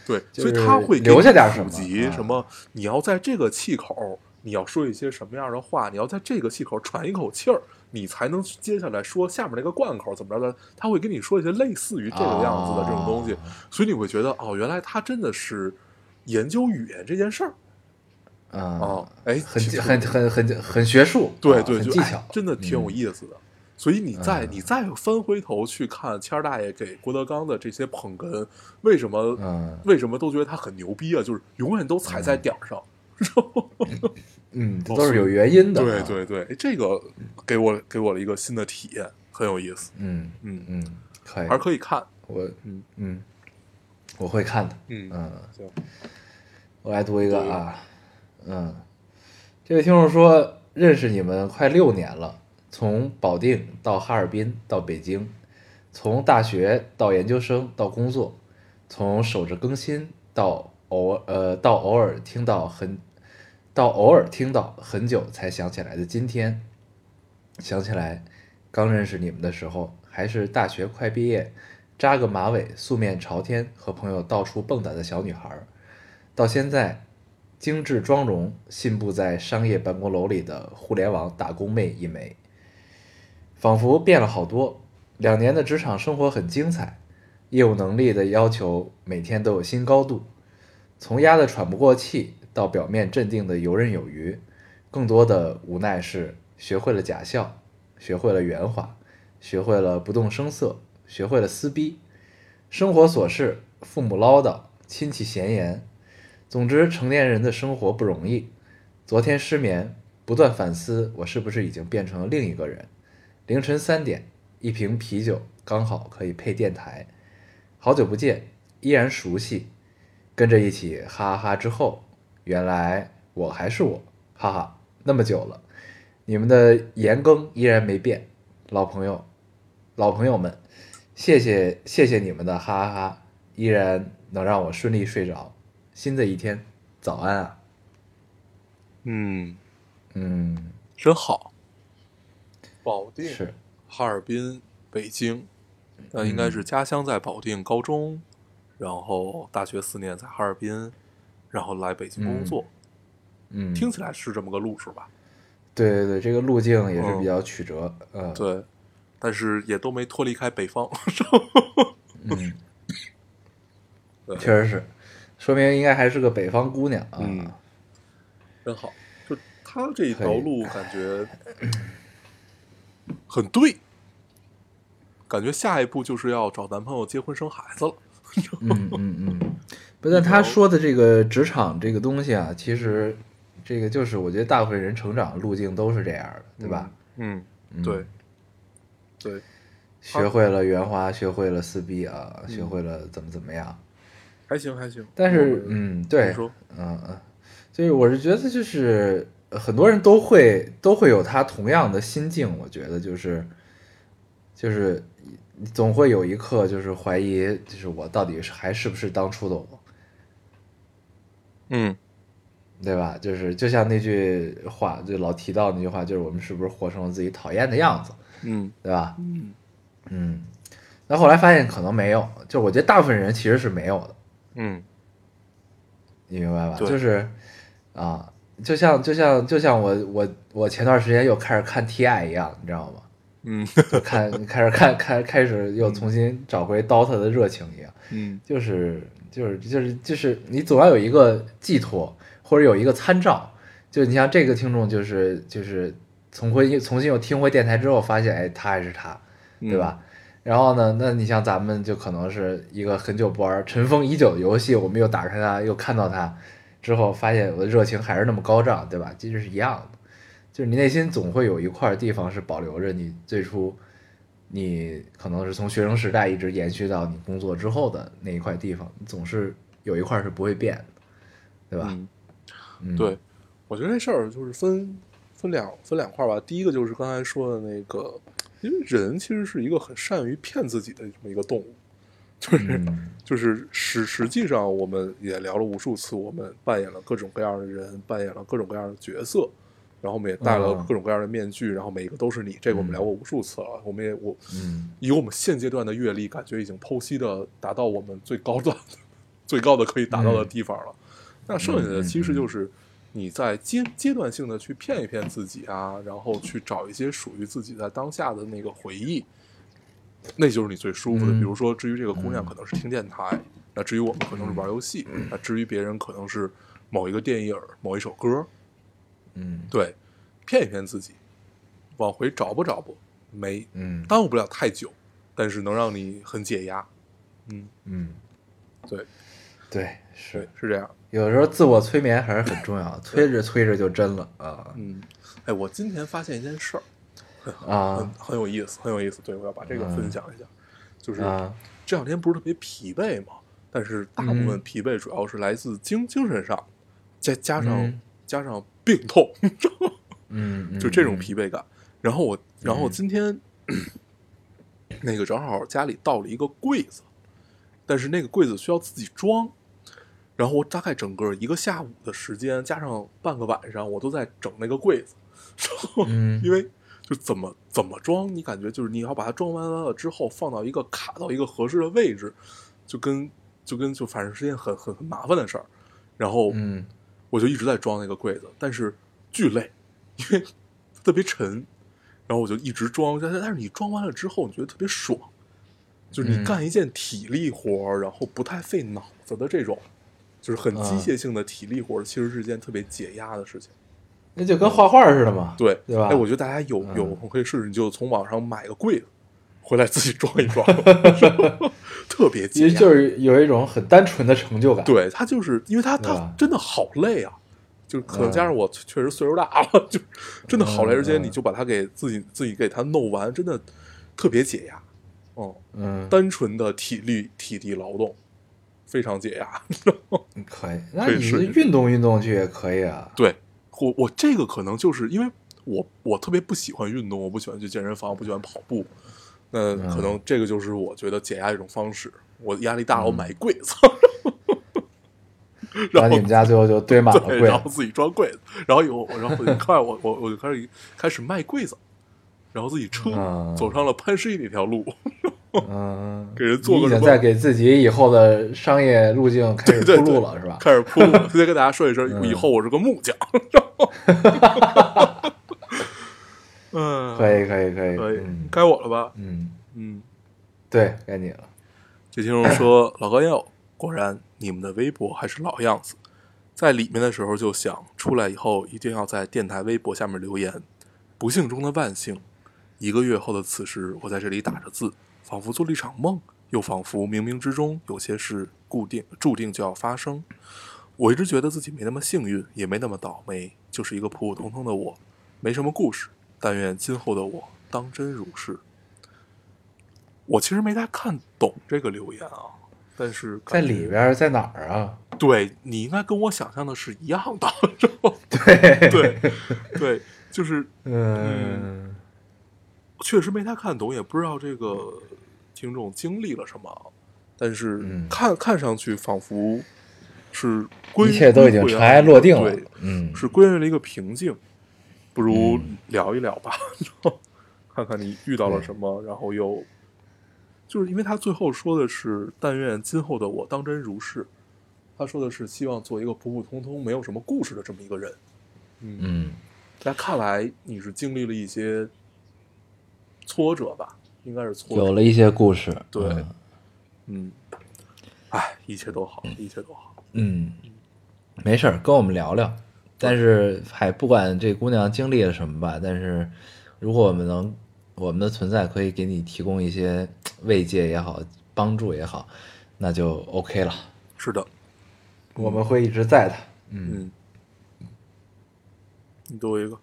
[SPEAKER 2] 对，
[SPEAKER 1] 就是
[SPEAKER 2] 所以他会给
[SPEAKER 1] 留下点
[SPEAKER 2] 你
[SPEAKER 1] 什么
[SPEAKER 2] 普及
[SPEAKER 1] 啊
[SPEAKER 2] 什么，你要在这个气口，你要说一些什么样的话，你要在这个气口喘一口气儿，你才能接下来说下面那个贯口怎么着的。他会跟你说一些类似于这个样子的这种东西，
[SPEAKER 1] 啊
[SPEAKER 2] 所以你会觉得哦，原来他真的是研究语言这件事儿
[SPEAKER 1] 啊
[SPEAKER 2] 哦，，哎，
[SPEAKER 1] 很
[SPEAKER 2] 挺
[SPEAKER 1] 很很很很学术，
[SPEAKER 2] 对
[SPEAKER 1] 啊
[SPEAKER 2] 对，
[SPEAKER 1] 很
[SPEAKER 2] 就
[SPEAKER 1] 技
[SPEAKER 2] 哎
[SPEAKER 1] 巧，
[SPEAKER 2] 真的挺有
[SPEAKER 1] 嗯
[SPEAKER 2] 意思的。所以你再
[SPEAKER 1] 嗯
[SPEAKER 2] 你再翻回头去看谦儿大爷给郭德纲的这些捧哏，为什么
[SPEAKER 1] 嗯
[SPEAKER 2] 为什么都觉得他很牛逼啊？就是永远都踩在点儿上。
[SPEAKER 1] 嗯，这都是有原因的。
[SPEAKER 2] 哦对
[SPEAKER 1] 啊，
[SPEAKER 2] 对对，哎这个给我给我了一个新的体验，很有意思。
[SPEAKER 1] 嗯
[SPEAKER 2] 嗯，
[SPEAKER 1] 嗯，可以
[SPEAKER 2] 还，是可以看。
[SPEAKER 1] 我
[SPEAKER 2] 嗯
[SPEAKER 1] 嗯，我会看的。
[SPEAKER 2] 嗯，
[SPEAKER 1] 嗯，
[SPEAKER 2] 行，
[SPEAKER 1] 我来读一个啊，嗯，这位听众说认识你们快六年了，从保定到哈尔滨到北京，从大学到研究生到工作，从守着更新到偶尔呃到偶尔听到很到偶尔听到很久才想起来的今天，想起来刚认识你们的时候还是大学快毕业，扎个马尾素面朝天和朋友到处蹦跶的小女孩儿。到现在，精致妆容信步在商业办公楼里的互联网打工妹一枚，仿佛变了好多。两年的职场生活很精彩，业务能力的要求每天都有新高度，从压得喘不过气到表面镇定的游刃有余，更多的无奈是学会了假笑，学会了圆滑，学会了不动声色，学会了撕逼，生活琐事、父母唠叨、亲戚闲言，总之，成年人的生活不容易。昨天失眠，不断反思我是不是已经变成了另一个人。凌晨三点，一瓶啤酒刚好可以配电台。好久不见，依然熟悉。跟着一起哈哈哈之后，原来我还是我，哈哈，那么久了，你们的盐更依然没变，老朋友，老朋友们，谢谢谢谢你们的哈哈哈，依然能让我顺利睡着。新的一天，早安啊！
[SPEAKER 2] 嗯，
[SPEAKER 1] 嗯，
[SPEAKER 2] 真好。保定、
[SPEAKER 1] 是，
[SPEAKER 2] 哈尔滨、北京，那应该是家乡在保定高中，然后大学四年在哈尔滨，然后来北京工作，
[SPEAKER 1] 嗯，
[SPEAKER 2] 听起来是这么个路数吧？
[SPEAKER 1] 对对对，这个路径也是
[SPEAKER 2] 嗯
[SPEAKER 1] 比较曲折，嗯，
[SPEAKER 2] 对，但是也都没脱离开北方。
[SPEAKER 1] 嗯，
[SPEAKER 2] 对
[SPEAKER 1] 确实是，说明应该还是个北方姑娘啊。
[SPEAKER 2] 嗯真好，就他这条路感觉 很对，感觉下一步就是要找男朋友、结婚、生孩子了。
[SPEAKER 1] 嗯 嗯嗯，不，但他说的这个职场这个东西啊，其实这个就是我觉得大部分人成长路径都是这样的，对吧？
[SPEAKER 2] 嗯，
[SPEAKER 1] 嗯
[SPEAKER 2] 对，对，
[SPEAKER 1] 学会了圆滑，学会了撕逼啊，学会了怎么怎么样。
[SPEAKER 2] 还行还行。
[SPEAKER 1] 但
[SPEAKER 2] 我
[SPEAKER 1] 是
[SPEAKER 2] 们，
[SPEAKER 1] 嗯，对
[SPEAKER 2] 你，说
[SPEAKER 1] 嗯嗯，所以我是觉得就是呃很多人都会都会有他同样的心境，我觉得就是就是总会有一刻就是怀疑，就是我到底是还是不是当初的我，
[SPEAKER 2] 嗯
[SPEAKER 1] 对吧？就是就像那句话，就老提到那句话，就是我们是不是活成了自己讨厌的样子，
[SPEAKER 2] 嗯
[SPEAKER 1] 对吧？
[SPEAKER 2] 嗯
[SPEAKER 1] 嗯，那后来发现可能没有，就我觉得大部分人其实是没有的，
[SPEAKER 2] 嗯
[SPEAKER 1] 你明白吧？
[SPEAKER 2] 对
[SPEAKER 1] 就是啊，就像就像就像我我我前段时间又开始看 TI 一样，你知道吗？
[SPEAKER 2] 嗯
[SPEAKER 1] 就看开始看开开始又重新找回 DOTA 的热情一样，
[SPEAKER 2] 嗯
[SPEAKER 1] 就是就是就是就是你总要有一个寄托或者有一个参照。就你像这个听众，就是就是重回重新又听回电台之后，发现哎，他还是他，对
[SPEAKER 2] 嗯
[SPEAKER 1] 吧？然后呢，那你像咱们就可能是一个很久不玩、尘封已久的游戏，我们又打开它，又看到它之后，发现我的热情还是那么高涨，对吧？其实是一样的，就是你内心总会有一块地方是保留着你最初，你可能是从学生时代一直延续到你工作之后的那一块地方，你总是有一块是不会变的，对吧？
[SPEAKER 2] 嗯
[SPEAKER 1] 嗯，
[SPEAKER 2] 对，我觉得这事儿就是分分两分两块儿吧。第一个就是刚才说的那个，因为人其实是一个很善于骗自己的这么一个动物，就是、
[SPEAKER 1] 嗯
[SPEAKER 2] 就是实实际上我们也聊了无数次，我们扮演了各种各样的人，扮演了各种各样的角色。然后我们也戴了
[SPEAKER 1] 嗯
[SPEAKER 2] 各种各样的面具，然后每一个都是你，这个我们聊过无数次了。我们也我
[SPEAKER 1] 嗯
[SPEAKER 2] 以我们现阶段的阅历，感觉已经剖析的达到我们最高的、 最高的可以达到的地方了。那剩下的其实就是你在阶阶段性的去骗一骗自己啊，然后去找一些属于自己在当下的那个回忆，那就是你最舒服的。
[SPEAKER 1] 嗯
[SPEAKER 2] 比如说，至于这个姑娘可能是听电台，那至于我们可能是玩游戏，那至于别人可能是某一个电影、某一首歌，
[SPEAKER 1] 嗯
[SPEAKER 2] 对，骗一骗自己，往回找不找不没
[SPEAKER 1] 嗯
[SPEAKER 2] 耽误不了太久，但是能让你很解压。嗯，
[SPEAKER 1] 嗯，
[SPEAKER 2] 对，
[SPEAKER 1] 对，是
[SPEAKER 2] 对，。是这样。
[SPEAKER 1] 有时候自我催眠还是很重要 的，催着催着就真了啊
[SPEAKER 2] 嗯，哎，我今天发现一件事儿，很
[SPEAKER 1] 啊
[SPEAKER 2] 很有意思，很有意思。对，我要把这个分享一下，就是
[SPEAKER 1] 啊！
[SPEAKER 2] 这两天不是特别疲惫嘛，但是大部分
[SPEAKER 1] 嗯
[SPEAKER 2] 疲惫主要是来自精精神上，再加上、
[SPEAKER 1] 嗯
[SPEAKER 2] 加上病痛，
[SPEAKER 1] 嗯，嗯
[SPEAKER 2] 就这种疲惫感。然后我，然后今天、那个正好家里到了一个柜子，但是那个柜子需要自己装。然后我大概整个一个下午的时间，加上半个晚上，我都在整那个柜子。 然后
[SPEAKER 1] 嗯
[SPEAKER 2] 因为就怎么怎么装，你感觉就是你要把它装完了之后，放到一个卡到一个合适的位置，就跟就跟就反正是件很很很麻烦的事儿。然后
[SPEAKER 1] 嗯
[SPEAKER 2] 我就一直在装那个柜子，但是巨累，因为特别沉，然后我就一直装，但是但是你装完了之后，你觉得特别爽，就是你
[SPEAKER 1] 嗯
[SPEAKER 2] 干一件体力活儿，然后不太费脑子的这种，就是很机
[SPEAKER 1] 啊
[SPEAKER 2] 械性的体力活儿，其实是一件特别解压的事情。
[SPEAKER 1] 那就跟画画似的嘛，
[SPEAKER 2] 对，
[SPEAKER 1] 对吧？
[SPEAKER 2] 哎，我觉得大家有
[SPEAKER 1] 嗯
[SPEAKER 2] 有空可以试试，你就从网上买个柜子，回来自己装一 装，特别解
[SPEAKER 1] 其实
[SPEAKER 2] 压。
[SPEAKER 1] 就是有一种很单纯的成就感，
[SPEAKER 2] 对他就是因为他
[SPEAKER 1] 对
[SPEAKER 2] 他
[SPEAKER 1] 吧
[SPEAKER 2] 真的好累啊，啊就可能
[SPEAKER 1] 嗯
[SPEAKER 2] 加上我确实岁数大了，就真的好累，
[SPEAKER 1] 嗯
[SPEAKER 2] 而且
[SPEAKER 1] 嗯
[SPEAKER 2] 你就把它给自己自己给它弄完，真的特别解压，嗯，
[SPEAKER 1] 嗯，
[SPEAKER 2] 单纯的体力体力劳动非常解压。
[SPEAKER 1] 可以。那
[SPEAKER 2] 可以
[SPEAKER 1] 你
[SPEAKER 2] 试一试
[SPEAKER 1] 运动运动去也可以啊，
[SPEAKER 2] 对我我这个可能就是因为我我特别不喜欢运动，我不喜欢去健身房，我不喜欢跑步，那
[SPEAKER 1] 嗯
[SPEAKER 2] 可能这个就是我觉得解压一种方式。我压力大了，我买一柜子，
[SPEAKER 1] 然
[SPEAKER 2] 然
[SPEAKER 1] 后
[SPEAKER 2] 后
[SPEAKER 1] 你们家最后就堆满了
[SPEAKER 2] 对，
[SPEAKER 1] 柜
[SPEAKER 2] 然后
[SPEAKER 1] 子，
[SPEAKER 2] 自己装柜子，然后有，然后很快我我我就开始开始卖柜子，然后自己车、
[SPEAKER 1] 嗯
[SPEAKER 2] 走上了潘石屹那条路，
[SPEAKER 1] 嗯，
[SPEAKER 2] 给人做
[SPEAKER 1] 你
[SPEAKER 2] 个
[SPEAKER 1] 已
[SPEAKER 2] 什
[SPEAKER 1] 经
[SPEAKER 2] 么
[SPEAKER 1] 在给自己以后的商业路径开始
[SPEAKER 2] 对
[SPEAKER 1] 铺
[SPEAKER 2] 对
[SPEAKER 1] 路了，是吧？
[SPEAKER 2] 开始铺路，先跟大家说一声，
[SPEAKER 1] 嗯
[SPEAKER 2] 以后我是个木匠。 嗯，
[SPEAKER 1] 可以可以可以，
[SPEAKER 2] 可以
[SPEAKER 1] 嗯，
[SPEAKER 2] 该我了吧？
[SPEAKER 1] 嗯，
[SPEAKER 2] 嗯，
[SPEAKER 1] 对，该你了，
[SPEAKER 2] 这听众说老高要，果然你们的微博还是老样子，在里面的时候就想出来以后一定要在电台微博下面留言。不幸中的万幸，一个月后的此时，我在这里打着字，仿佛做了一场梦，又仿佛冥冥之中有些事固定注定就要发生。我一直觉得自己没那么幸运，也没那么倒霉，就是一个普普通通的我，没什么故事。但愿今后的我当真如是。我其实没太看懂这个留言啊，但是
[SPEAKER 1] 在
[SPEAKER 2] 感觉
[SPEAKER 1] 里边儿在哪儿啊？
[SPEAKER 2] 对你应该跟我想象的是一样的，
[SPEAKER 1] 对
[SPEAKER 2] 对，对，就是
[SPEAKER 1] 嗯，
[SPEAKER 2] 确实没太看懂，也不知道这个听众经历了什么，但是
[SPEAKER 1] 嗯
[SPEAKER 2] 看、看上去仿佛是归
[SPEAKER 1] 一切都已经尘埃落定了
[SPEAKER 2] 对，
[SPEAKER 1] 嗯，
[SPEAKER 2] 是归于了一个平静。不如
[SPEAKER 1] 嗯
[SPEAKER 2] 聊一聊吧， 看看你遇到了什么，然后又就是因为他最后说的是“但愿今后的我当真如是”，他说的是希望做一个普普通通、没有什么故事的这么一个人。
[SPEAKER 1] 嗯，
[SPEAKER 2] 那看来你是经历了一些挫折吧？应该是挫折。
[SPEAKER 3] 有了一些故事，
[SPEAKER 2] 对
[SPEAKER 3] 嗯，
[SPEAKER 2] 嗯，哎，一切都好，一切都好。
[SPEAKER 3] 嗯，没事儿，跟我们聊聊。但是还不管这姑娘经历了什么吧，但是如果我们能，我们的存在可以给你提供一些慰藉也好，帮助也好，那就 OK 了。
[SPEAKER 2] 是的，
[SPEAKER 1] 我们会一直在的。
[SPEAKER 2] 嗯，你给我一个，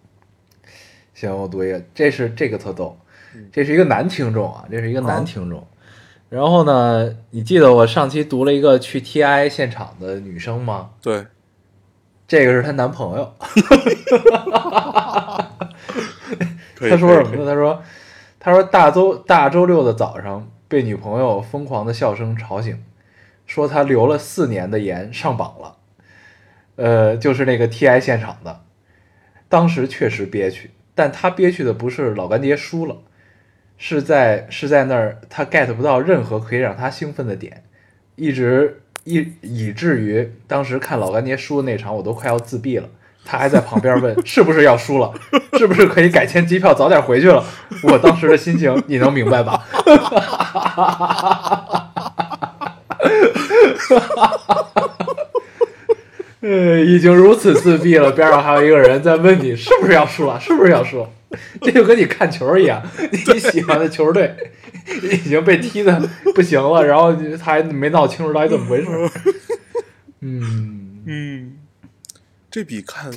[SPEAKER 1] 行，我读一个，这是这个特逗
[SPEAKER 2] 嗯，
[SPEAKER 1] 这是一个男听众啊，这是一个
[SPEAKER 2] 哦
[SPEAKER 1] 男听众。然后呢，你记得我上期读了一个去 TI 现场的女生吗？
[SPEAKER 2] 对，
[SPEAKER 1] 这个是她男朋友。
[SPEAKER 2] 可以。
[SPEAKER 1] 他说什
[SPEAKER 2] 可
[SPEAKER 1] 么
[SPEAKER 2] 以
[SPEAKER 1] 呢？他说，他说大周大周六的早上被女朋友疯狂的笑声吵醒，说他留了四年的言上榜了，呃，就是那个 TI 现场的，当时确实憋屈，但他憋屈的不是老干爹输了，是在是在那儿他 get 不到任何可以让他兴奋的点，一直一以至于当时看老干爹输的那场，我都快要自闭了。他还在旁边问是不是要输了，是不是可以改签机票早点回去了？我当时的心情你能明白吧？ 呃，已经如此自闭了，边上还有一个人在问你是不是要输了，是不是要输了？这就跟你看球一样，你喜欢的球队 已经被踢的不行了，然后他还没闹清楚到底怎么回事 儿。嗯，
[SPEAKER 2] 嗯，这比看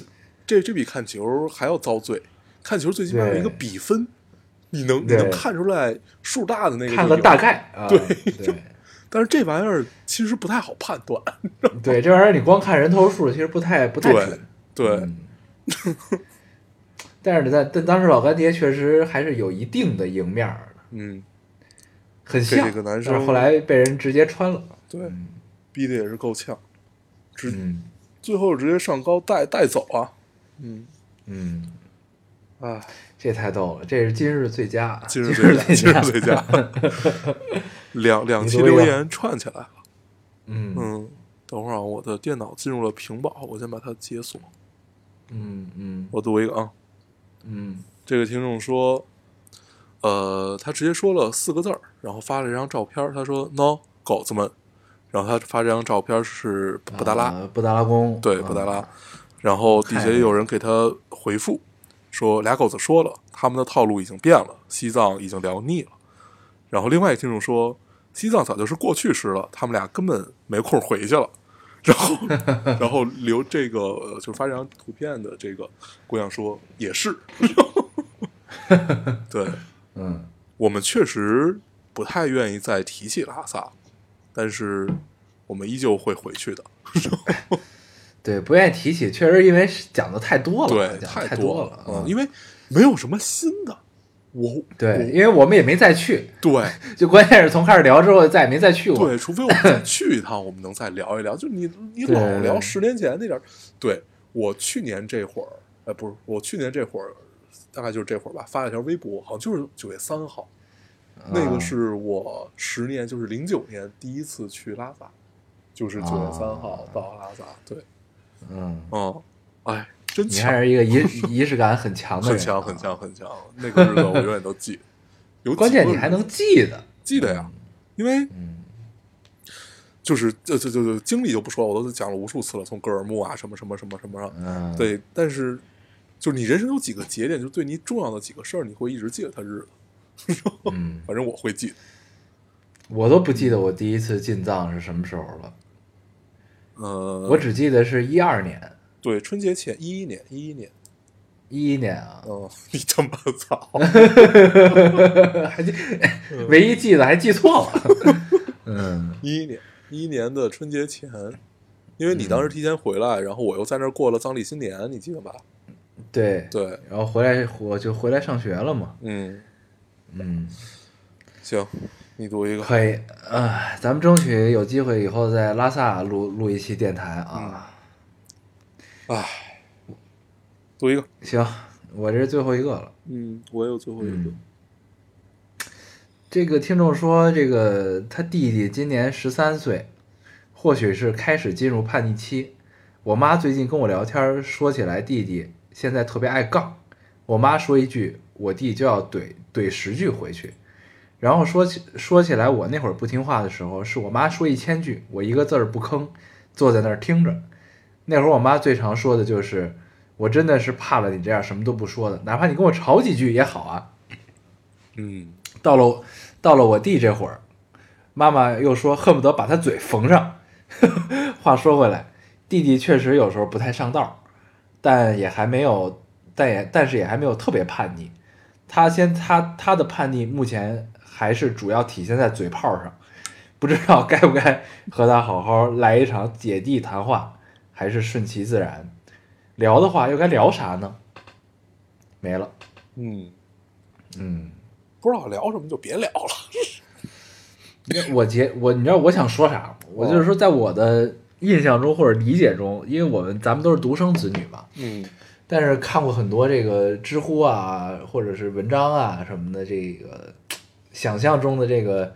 [SPEAKER 2] 这这比看球还要遭罪。看球最起码有一个
[SPEAKER 1] 对
[SPEAKER 2] 比分，你能你
[SPEAKER 1] 对
[SPEAKER 2] 能看出来数大的那个
[SPEAKER 1] 看
[SPEAKER 2] 就
[SPEAKER 1] 了
[SPEAKER 2] 赢
[SPEAKER 1] 大，概啊，对对。
[SPEAKER 2] 但是这玩意儿其实不太好判断。
[SPEAKER 1] 对，这玩意儿你光看人头数，其实不太不太
[SPEAKER 2] 对
[SPEAKER 1] 准。
[SPEAKER 2] 对
[SPEAKER 1] 嗯但是呢，但但当时老干爹确实还是有一定的赢面儿的，
[SPEAKER 2] 嗯，
[SPEAKER 1] 很像。
[SPEAKER 2] 这个男生
[SPEAKER 1] 但是后来被人直接穿了。
[SPEAKER 2] 对，逼的也是够呛，直
[SPEAKER 1] 嗯
[SPEAKER 2] 最后直接上高带带走啊。嗯，
[SPEAKER 1] 嗯，
[SPEAKER 2] 哎，
[SPEAKER 1] 这太逗了，这是今日最佳，
[SPEAKER 2] 今
[SPEAKER 1] 日
[SPEAKER 2] 日最佳，今
[SPEAKER 1] 佳
[SPEAKER 2] 日。最佳， 两两期
[SPEAKER 1] 你读一
[SPEAKER 2] 留
[SPEAKER 1] 个
[SPEAKER 2] 言串起来了。
[SPEAKER 1] 嗯
[SPEAKER 2] 嗯，等会儿啊，我的电脑进入了屏保，我先把它解锁。
[SPEAKER 1] 嗯嗯
[SPEAKER 2] 我读一个啊，
[SPEAKER 1] 嗯
[SPEAKER 2] 这个听众说，呃，他直接说了四个字儿，然后发了一张照片儿，他说 “no 狗子们”，然后他发这张照片儿是布达拉，
[SPEAKER 1] 啊布达拉宫，
[SPEAKER 2] 对，
[SPEAKER 1] 啊
[SPEAKER 2] 布达拉。然后底下也有人给他回复说，俩狗子说了，他们的套路已经变了，西藏已经聊腻了。然后另外一听众说，西藏早就是过去式了，他们俩根本没空回去了。然后，然后留这个呃就是发这张图片的这个姑娘说也是， 对
[SPEAKER 1] 嗯
[SPEAKER 2] 我们确实不太愿意再提起拉萨，但是我们依旧会回去的。
[SPEAKER 1] 对，不愿意提起，确实因为是讲的太多了，
[SPEAKER 2] 对，
[SPEAKER 1] 讲得太
[SPEAKER 2] 多
[SPEAKER 1] 了，
[SPEAKER 2] 嗯，
[SPEAKER 1] 嗯
[SPEAKER 2] 因为没有什么新的，我
[SPEAKER 1] 对，因为我们也没再去，
[SPEAKER 2] 对
[SPEAKER 1] 就关键是从开始聊之后再也没再去过，
[SPEAKER 2] 对，除非我们再去一趟，我们能再聊一聊。就你你
[SPEAKER 1] 对
[SPEAKER 2] 老聊十年前那点儿，对我去年这会儿，哎，不是我去年这会儿，大概就是这会儿吧，发了条微博，好像就是九月三号，那个
[SPEAKER 1] 啊
[SPEAKER 2] 是我十年，就是零九年第一次去拉萨，就是九月三号到拉萨，对，
[SPEAKER 1] 啊嗯。
[SPEAKER 2] 嗯，哎，真
[SPEAKER 1] 你
[SPEAKER 2] 巧
[SPEAKER 1] 还。是一个仪仪式感很强的人，
[SPEAKER 2] 很强，很。强，很强。那个日子我永远都记 得。有
[SPEAKER 1] 关键
[SPEAKER 2] 几
[SPEAKER 1] 你
[SPEAKER 2] 个
[SPEAKER 1] 还
[SPEAKER 2] 日子
[SPEAKER 1] 能记得，
[SPEAKER 2] 记得
[SPEAKER 1] 嗯
[SPEAKER 2] 呀，因为就是这这这这经历就不说了，我都讲了无数次了，从格尔木啊什么什么什么什么上，
[SPEAKER 1] 嗯，，
[SPEAKER 2] 对，但是就是你人生有几个节点，就对你重要的几个事儿，你会一直记得它日子。
[SPEAKER 1] 嗯，
[SPEAKER 2] 反正我会记得，
[SPEAKER 1] 我都不记得我第一次进藏是什么时候了，
[SPEAKER 2] 呃，
[SPEAKER 1] 我只记得是一二年，
[SPEAKER 2] 对春节前一一年，一一年，
[SPEAKER 1] 一一年啊，
[SPEAKER 2] 嗯， 你他妈 操，
[SPEAKER 1] 还记，唯一 记得还记错了，嗯
[SPEAKER 2] 一一年，一一年的春节前，因为你
[SPEAKER 1] 嗯
[SPEAKER 2] 当时提前回来，然后我又在那儿过了葬礼新年，你记得吧？
[SPEAKER 1] 对，
[SPEAKER 2] 对，
[SPEAKER 1] 然后回来我就回来上学了嘛，
[SPEAKER 2] 嗯，
[SPEAKER 1] 嗯，
[SPEAKER 2] 行，你读一个，
[SPEAKER 1] 可以啊、咱们争取有机会以后在拉萨录录一期电台啊。
[SPEAKER 2] 哎，读一个，
[SPEAKER 1] 行，我这是最后一个了。
[SPEAKER 2] 嗯，我也有最后一个
[SPEAKER 1] 嗯，这个听众说，这个他弟弟今年十三岁，或许是开始进入叛逆期。我妈最近跟我聊天，说起来弟弟现在特别爱杠，我妈说一句，我弟就要怼怼十句回去。然后说起说起来，我那会儿不听话的时候，是我妈说一千句，我一个字儿不吭，坐在那儿听着。那会儿我妈最常说的就是，我真的是怕了你这样什么都不说的，哪怕你跟我吵几句也好啊。
[SPEAKER 2] 嗯，
[SPEAKER 1] 到了到了我弟这会儿，妈妈又说恨不得把他嘴缝上。 话说回来，弟弟确实有时候不太上道，但也还没有，但也但是也还没有特别叛逆。他先他他的叛逆目前还是主要体现在嘴炮上，不知道该不该和他好好来一场姐弟谈话，还是顺其自然。聊的话又该聊啥呢？没了，
[SPEAKER 2] 嗯，
[SPEAKER 1] 嗯。
[SPEAKER 2] 不知道聊什么就别聊了，
[SPEAKER 1] 我结我，你知道我想说啥吗？我就是说，
[SPEAKER 2] 哦
[SPEAKER 1] 在我的印象中或者理解中，因为我们咱们都是独生子女嘛，
[SPEAKER 2] 嗯
[SPEAKER 1] 但是看过很多这个知乎啊，或者是文章啊什么的，这个想象中的这个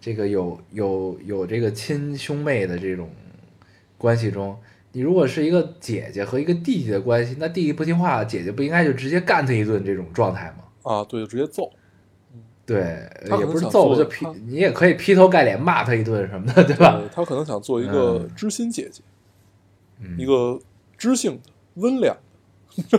[SPEAKER 1] 这个有有有这个亲兄妹的这种关系中，你如果是一个姐姐和一个弟弟的关系，那弟弟不听话，姐姐不应该就直接干他一顿这种状态吗？
[SPEAKER 2] 啊，对，就直接揍，
[SPEAKER 1] 对，
[SPEAKER 2] 他可
[SPEAKER 1] 也
[SPEAKER 2] 能
[SPEAKER 1] 不是
[SPEAKER 2] 想
[SPEAKER 1] 揍，
[SPEAKER 2] 做
[SPEAKER 1] 就
[SPEAKER 2] 的
[SPEAKER 1] 劈
[SPEAKER 2] 他，
[SPEAKER 1] 你也可以劈头盖脸骂他一顿什么的，对吧？
[SPEAKER 2] 对呃他可能想做一个知心姐姐，
[SPEAKER 1] 嗯
[SPEAKER 2] 一个知性的、温 良的，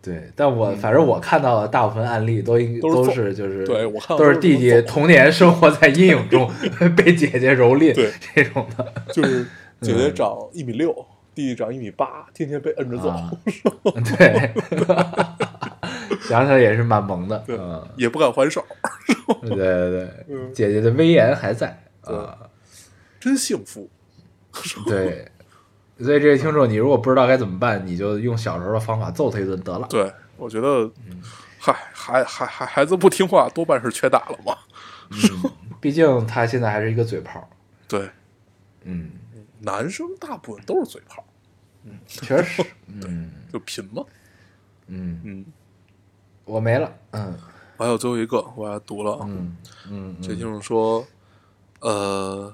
[SPEAKER 1] 对，但我反正我看到的大部分案例都应
[SPEAKER 2] 嗯都是揍
[SPEAKER 1] 是就是
[SPEAKER 2] 对我看
[SPEAKER 1] 都
[SPEAKER 2] 到都
[SPEAKER 1] 是
[SPEAKER 2] 是
[SPEAKER 1] 弟
[SPEAKER 2] 这
[SPEAKER 1] 弟
[SPEAKER 2] 么揍
[SPEAKER 1] 童年生活在阴影 中，被姐姐蹂躏
[SPEAKER 2] 对
[SPEAKER 1] 这种的
[SPEAKER 2] 就是姐姐长一米六，弟弟长一米八，天天被摁着揍，
[SPEAKER 1] 啊，对， 想起来也是蛮萌的，
[SPEAKER 2] 对
[SPEAKER 1] 嗯，
[SPEAKER 2] 也不敢还手，
[SPEAKER 1] 对对对，
[SPEAKER 2] 嗯
[SPEAKER 1] 姐姐的威严还在 啊，
[SPEAKER 2] 真幸福。
[SPEAKER 1] 对。所以这位听众，你如果不知道该怎么办，你就用小时候的方法揍他一顿得了。
[SPEAKER 2] 对，我觉得，嗨，孩孩孩孩子不听话，多半是缺打了嘛。
[SPEAKER 1] 嗯毕竟他现在还是一个嘴炮。
[SPEAKER 2] 对，
[SPEAKER 1] 嗯，
[SPEAKER 2] 男生大部分都是嘴炮，
[SPEAKER 1] 确 实。嗯
[SPEAKER 2] 就贫嘛。
[SPEAKER 1] 嗯，
[SPEAKER 2] 嗯，
[SPEAKER 1] 我没了。嗯
[SPEAKER 2] 我还有最后一个，我还读了啊。
[SPEAKER 1] 嗯嗯
[SPEAKER 2] 这听众说，呃，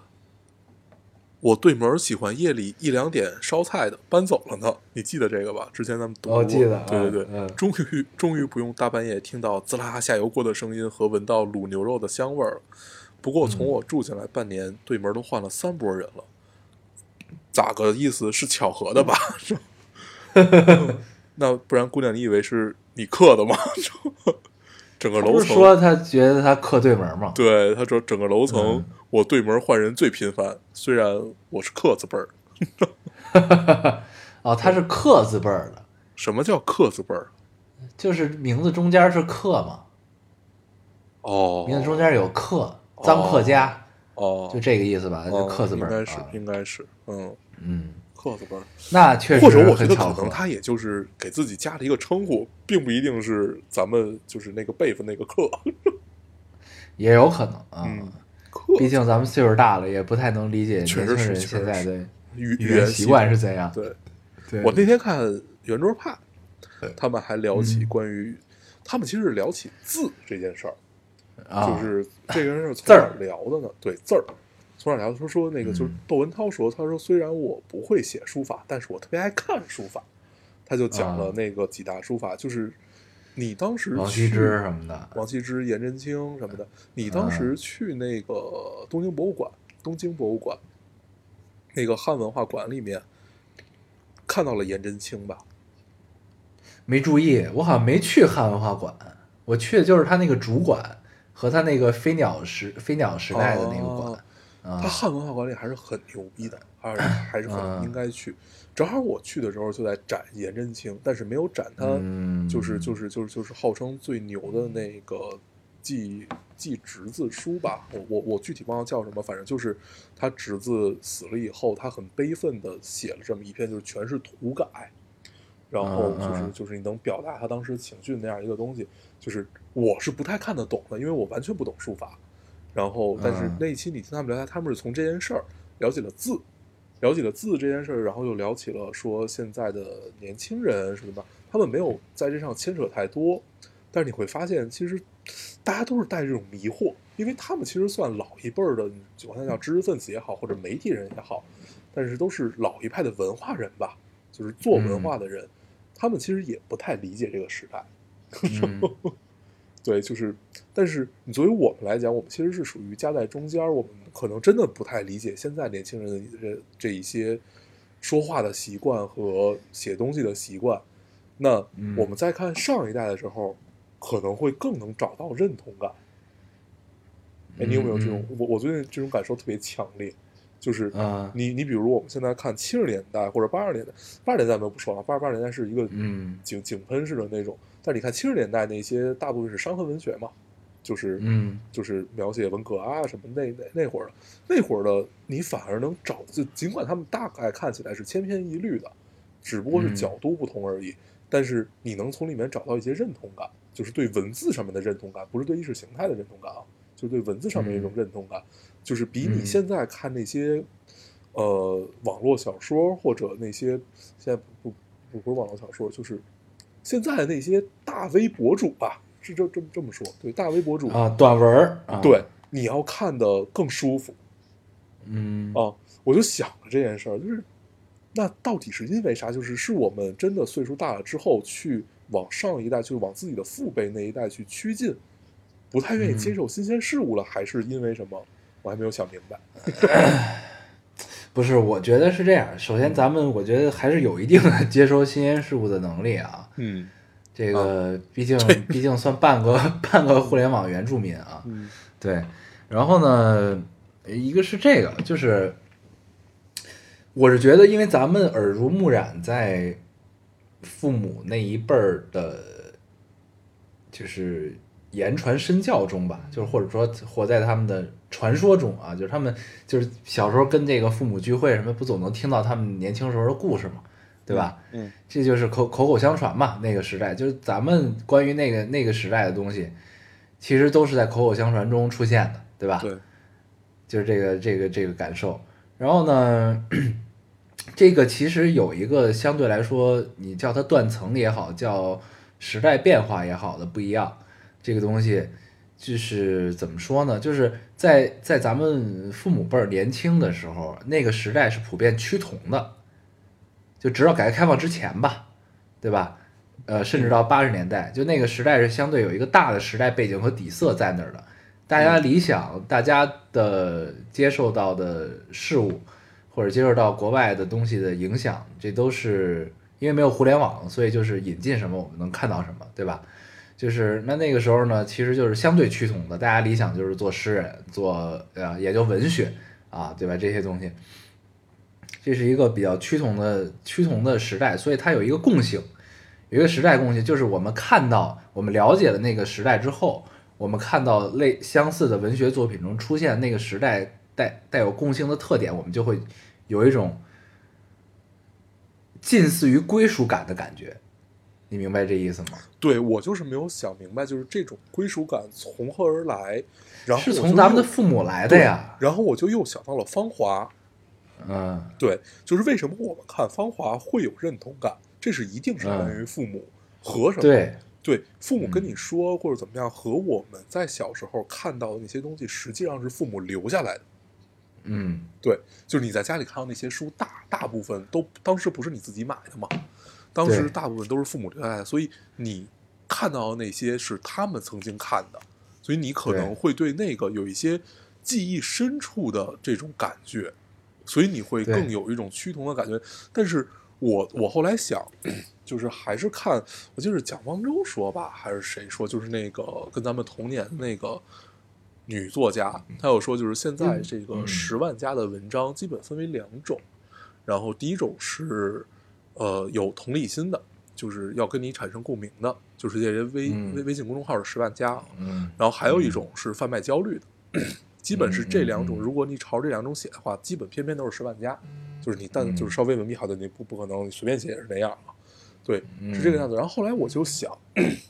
[SPEAKER 2] 我对门儿喜欢夜里一两点烧菜的，搬走了呢。你记得这个吧？之前咱们读过，
[SPEAKER 1] 哦记得
[SPEAKER 2] 对对对，
[SPEAKER 1] 嗯嗯
[SPEAKER 2] 终于终于不用大半夜听到滋啦下油锅的声音和闻到卤牛肉的香味儿了。不过
[SPEAKER 1] 嗯
[SPEAKER 2] 从我住进来半年，对门儿都换了三波人了，咋个意思是巧合的吧？ 那不然姑娘，你以为是你刻的吗？ 整个楼
[SPEAKER 1] 不是
[SPEAKER 2] 层
[SPEAKER 1] 说他觉得他克对门吗？
[SPEAKER 2] 对，他说整个楼层、
[SPEAKER 1] 嗯
[SPEAKER 2] 我对门换人最频繁，虽然我是克字辈儿。
[SPEAKER 1] 哦，他是克字辈儿的，
[SPEAKER 2] 什么叫克字辈儿？
[SPEAKER 1] 就是名字中间是克嘛，
[SPEAKER 2] 哦
[SPEAKER 1] 名字中间有克，臧克家，
[SPEAKER 2] 哦，
[SPEAKER 1] 就这个意思吧，就
[SPEAKER 2] 哦
[SPEAKER 1] 克字辈儿。
[SPEAKER 2] 应该是
[SPEAKER 1] 啊
[SPEAKER 2] 应该是嗯，
[SPEAKER 1] 嗯，
[SPEAKER 2] 克字辈儿，
[SPEAKER 1] 那确实
[SPEAKER 2] 或者我觉
[SPEAKER 1] 很
[SPEAKER 2] 得
[SPEAKER 1] 巧
[SPEAKER 2] 可
[SPEAKER 1] 合
[SPEAKER 2] 能。他也就是给自己加了一个称呼，并不一定是咱们就是那个辈分那个克。
[SPEAKER 1] 也有可能啊。
[SPEAKER 2] 嗯，克
[SPEAKER 1] 毕竟咱们岁数大了，也不太能理解年轻
[SPEAKER 2] 确实是
[SPEAKER 1] 人
[SPEAKER 2] 确实
[SPEAKER 1] 现在的
[SPEAKER 2] 语
[SPEAKER 1] 语言习惯是怎样。
[SPEAKER 2] 对。
[SPEAKER 1] 对，
[SPEAKER 2] 我那天看《圆桌派》，他们还聊起
[SPEAKER 1] 嗯
[SPEAKER 2] 关于，他们其实是聊起字这件事儿。
[SPEAKER 1] 啊，
[SPEAKER 2] 就是这个人是
[SPEAKER 1] 字
[SPEAKER 2] 从哪
[SPEAKER 1] 儿
[SPEAKER 2] 儿聊的呢？对，字儿从哪儿聊的？他说那个就是
[SPEAKER 1] 嗯
[SPEAKER 2] 窦文涛说，他说虽然我不会写书法，但是我特别爱看书法。他就讲了
[SPEAKER 1] 啊
[SPEAKER 2] 那个几大书法，就是你当时
[SPEAKER 1] 王羲
[SPEAKER 2] 去
[SPEAKER 1] 之嗯什么的，
[SPEAKER 2] 王羲之、颜真卿什么的。你当时去那个东京博物馆，东京博物馆那个汉文化馆里面看到了颜真卿吧？
[SPEAKER 1] 没注意，我好像没去汉文化馆，我去的就是他那个主馆和他那个飞鸟时飞鸟时代的那个
[SPEAKER 2] 哦
[SPEAKER 1] 馆。啊
[SPEAKER 2] 他汉文化馆里还是很牛 逼的，还是还是很应该
[SPEAKER 1] 嗯
[SPEAKER 2] 去。正好我去的时候就在展颜呃真卿，但是没有展他，
[SPEAKER 1] 嗯
[SPEAKER 2] 就是就是就是就是号称最牛的那个继继侄子书吧，我我我具体忘了叫什么，反正就是他侄子死了以后，他很悲愤的写了这么一篇，就是全是涂改，然后
[SPEAKER 1] 嗯
[SPEAKER 2] 就是
[SPEAKER 1] 嗯
[SPEAKER 2] 就是你能表达他当时情绪的那样一个东西，就是我是不太看得懂的，因为我完全不懂书法。然后，但是
[SPEAKER 1] 嗯
[SPEAKER 2] 那一期你听他们聊天，他们是从这件事儿了解了字，了解了字这件事儿，然后又聊起了说现在的年轻人什么的，他们没有在这上牵扯太多，但是你会发现，其实大家都是带着这种迷惑，因为他们其实算老一辈儿的，就往下叫知识分子也好，或者媒体人也好，但是都是老一派的文化人吧，就是做文化的人，他们其实也不太理解这个时代。
[SPEAKER 1] 嗯
[SPEAKER 2] 对，就是，但是你作为我们来讲，我们其实是属于夹在中间儿，我们可能真的不太理解现在年轻人的这这一些说话的习惯和写东西的习惯。那
[SPEAKER 1] 嗯
[SPEAKER 2] 我们在看上一代的时候，可能会更能找到认同感。哎，你有没有这种？我我最近这种感受特别强烈，就是
[SPEAKER 1] 嗯啊
[SPEAKER 2] 你你比如我们现在看七十年代或者八十年代，八十年代没有不说了，八十八年代是一个
[SPEAKER 1] 嗯
[SPEAKER 2] 井井喷式的那种。但是你看七十年代那些大部分是伤痕文学嘛，就是
[SPEAKER 1] 嗯
[SPEAKER 2] 就是描写文革啊什么那那那会儿的，那会儿的你反而能找，就尽管他们大概看起来是千篇一律的，只不过是
[SPEAKER 1] 嗯
[SPEAKER 2] 角度不同而已，但是你能从里面找到一些认同感，就是对文字上面的认同感，不是对意识形态的认同感啊，就是对文字上面的一种认同感，就是比你
[SPEAKER 1] 嗯
[SPEAKER 2] 现在看那些呃网络小说或者那些现在不不不是网络小说，就是现在的那些大 V 博主吧，是这这么这么说，对大 V 博主
[SPEAKER 1] 啊，短文儿啊，
[SPEAKER 2] 对，你要看的更舒服
[SPEAKER 1] 嗯
[SPEAKER 2] 啊！我就想着这件事儿，就是那到底是因为啥？就是是我们真的岁数大了之后，去往上一代，就是往自己的父辈那一代去趋近，不太愿意接
[SPEAKER 1] 嗯
[SPEAKER 2] 受新鲜事物了，还是因为什么？我还没有想明白。
[SPEAKER 1] 不是，我觉得是这样。首先，咱们我觉得还是有一定的接收新鲜事物的能力啊。
[SPEAKER 2] 嗯
[SPEAKER 1] 这
[SPEAKER 2] 哦
[SPEAKER 1] 个毕竟毕竟算半个 半个互联网原住民啊。
[SPEAKER 2] 嗯
[SPEAKER 1] 对，然后呢，一个是这个，就是我是觉得，因为咱们耳濡目染在父母那一辈儿的，就是言传身教中吧，就是或者说活在他们的传说中啊，就是他们就是小时候跟这个父母聚会什么，不总能听到他们年轻时候的故事嘛，对吧？
[SPEAKER 2] 嗯
[SPEAKER 1] 这就是口口口相传嘛，那个时代就是咱们关于那个那个时代的东西，其实都是在口口相传中出现的，对吧？
[SPEAKER 2] 对，
[SPEAKER 1] 就是这个这个这个感受。然后呢，这个其实有一个相对来说，你叫它断层也好，叫时代变化也好的不一样，这个东西就是怎么说呢？就是在在咱们父母辈儿年轻的时候，那个时代是普遍趋同的，就直到改革开放之前吧，对吧？呃，甚至到八十年代，就那个时代是相对有一个大的时代背景和底色在那儿的，大家理想、大家的接受到的事物，或者接受到国外的东西的影响，这都是因为没有互联网，所以就是引进什么我们能看到什么，对吧？就是那那个时候呢，其实就是相对趋同的，大家理想就是做诗人，做呃研究文学啊，对吧？这些东西，这是一个比较趋同的趋同的时代，所以它有一个共性，有一个时代共性，就是我们看到我们了解了那个时代之后，我们看到类相似的文学作品中出现那个时代带带有共性的特点，我们就会有一种近似于归属感的感觉。你明白这意思吗？
[SPEAKER 2] 对我就是没有想明白，就是这种归属感从何而来，然后
[SPEAKER 1] 是
[SPEAKER 2] 我
[SPEAKER 1] 从
[SPEAKER 2] 就
[SPEAKER 1] 咱们的
[SPEAKER 2] 又
[SPEAKER 1] 父母来的呀。
[SPEAKER 2] 然后我就又想到了《芳华》，啊
[SPEAKER 1] 嗯
[SPEAKER 2] 对，就是为什么我们看《芳华》会有认同感，这是一定是源于父母、和什么？
[SPEAKER 1] 对
[SPEAKER 2] 对父母跟你说或者怎么样，和我们在小时候看到的那些东西，实际上是父母留下来的。
[SPEAKER 1] 嗯
[SPEAKER 2] 对，就是你在家里看到那些书，大大部分都当时不是你自己买的嘛，当时
[SPEAKER 1] 对
[SPEAKER 2] 大部分都是父母留下来的，所以你看到的那些是他们曾经看的，所以你可
[SPEAKER 1] 对
[SPEAKER 2] 能会对那个有一些记忆深处的这种感觉，所以你会
[SPEAKER 1] 对
[SPEAKER 2] 更有一种趋同的感觉。但是我我后来想，就是还是看，我记得是蒋方舟说吧，还是谁说，就是那个跟咱们同年的那个女作家，她有说，就是现在这个
[SPEAKER 1] 嗯
[SPEAKER 2] 十万加的文章基本分为两种，然后第一种是呃有同理心的，就是要跟你产生共鸣的，就是这些微、
[SPEAKER 1] 嗯
[SPEAKER 2] 微微信公众号的十万加。啊
[SPEAKER 1] 嗯
[SPEAKER 2] 然后还有一种是贩卖焦虑的，基本是这两种。
[SPEAKER 1] 嗯嗯
[SPEAKER 2] 如果你朝这两种写的话，基本偏偏都是十万加，就是你但
[SPEAKER 1] 嗯
[SPEAKER 2] 就是稍微文笔好的，你不不可能随便写也是那样嘛。对，
[SPEAKER 1] 嗯
[SPEAKER 2] 是这个样子。然后后来我就想，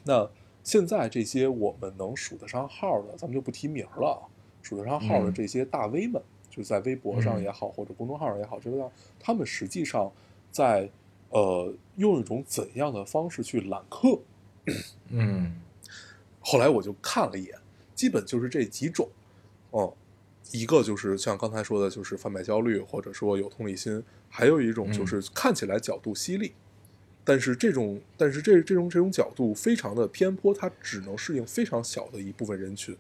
[SPEAKER 2] 那现在这些我们能数得上号的，咱们就不提名了啊，数得上号的
[SPEAKER 1] 嗯
[SPEAKER 2] 这些大 V 们，就是在微博上也好，或者公众号上也好，这个样，他们实际上在呃用一种怎样的方式去揽客？
[SPEAKER 1] 嗯
[SPEAKER 2] 后来我就看了一眼，基本就是这几种，嗯，一个就是像刚才说的，就是贩卖焦虑，或者说有同理心；还有一种就是看起来角度犀利，但是这种但是这这种这种角度非常的偏颇，它只能适应非常小的一部分人群，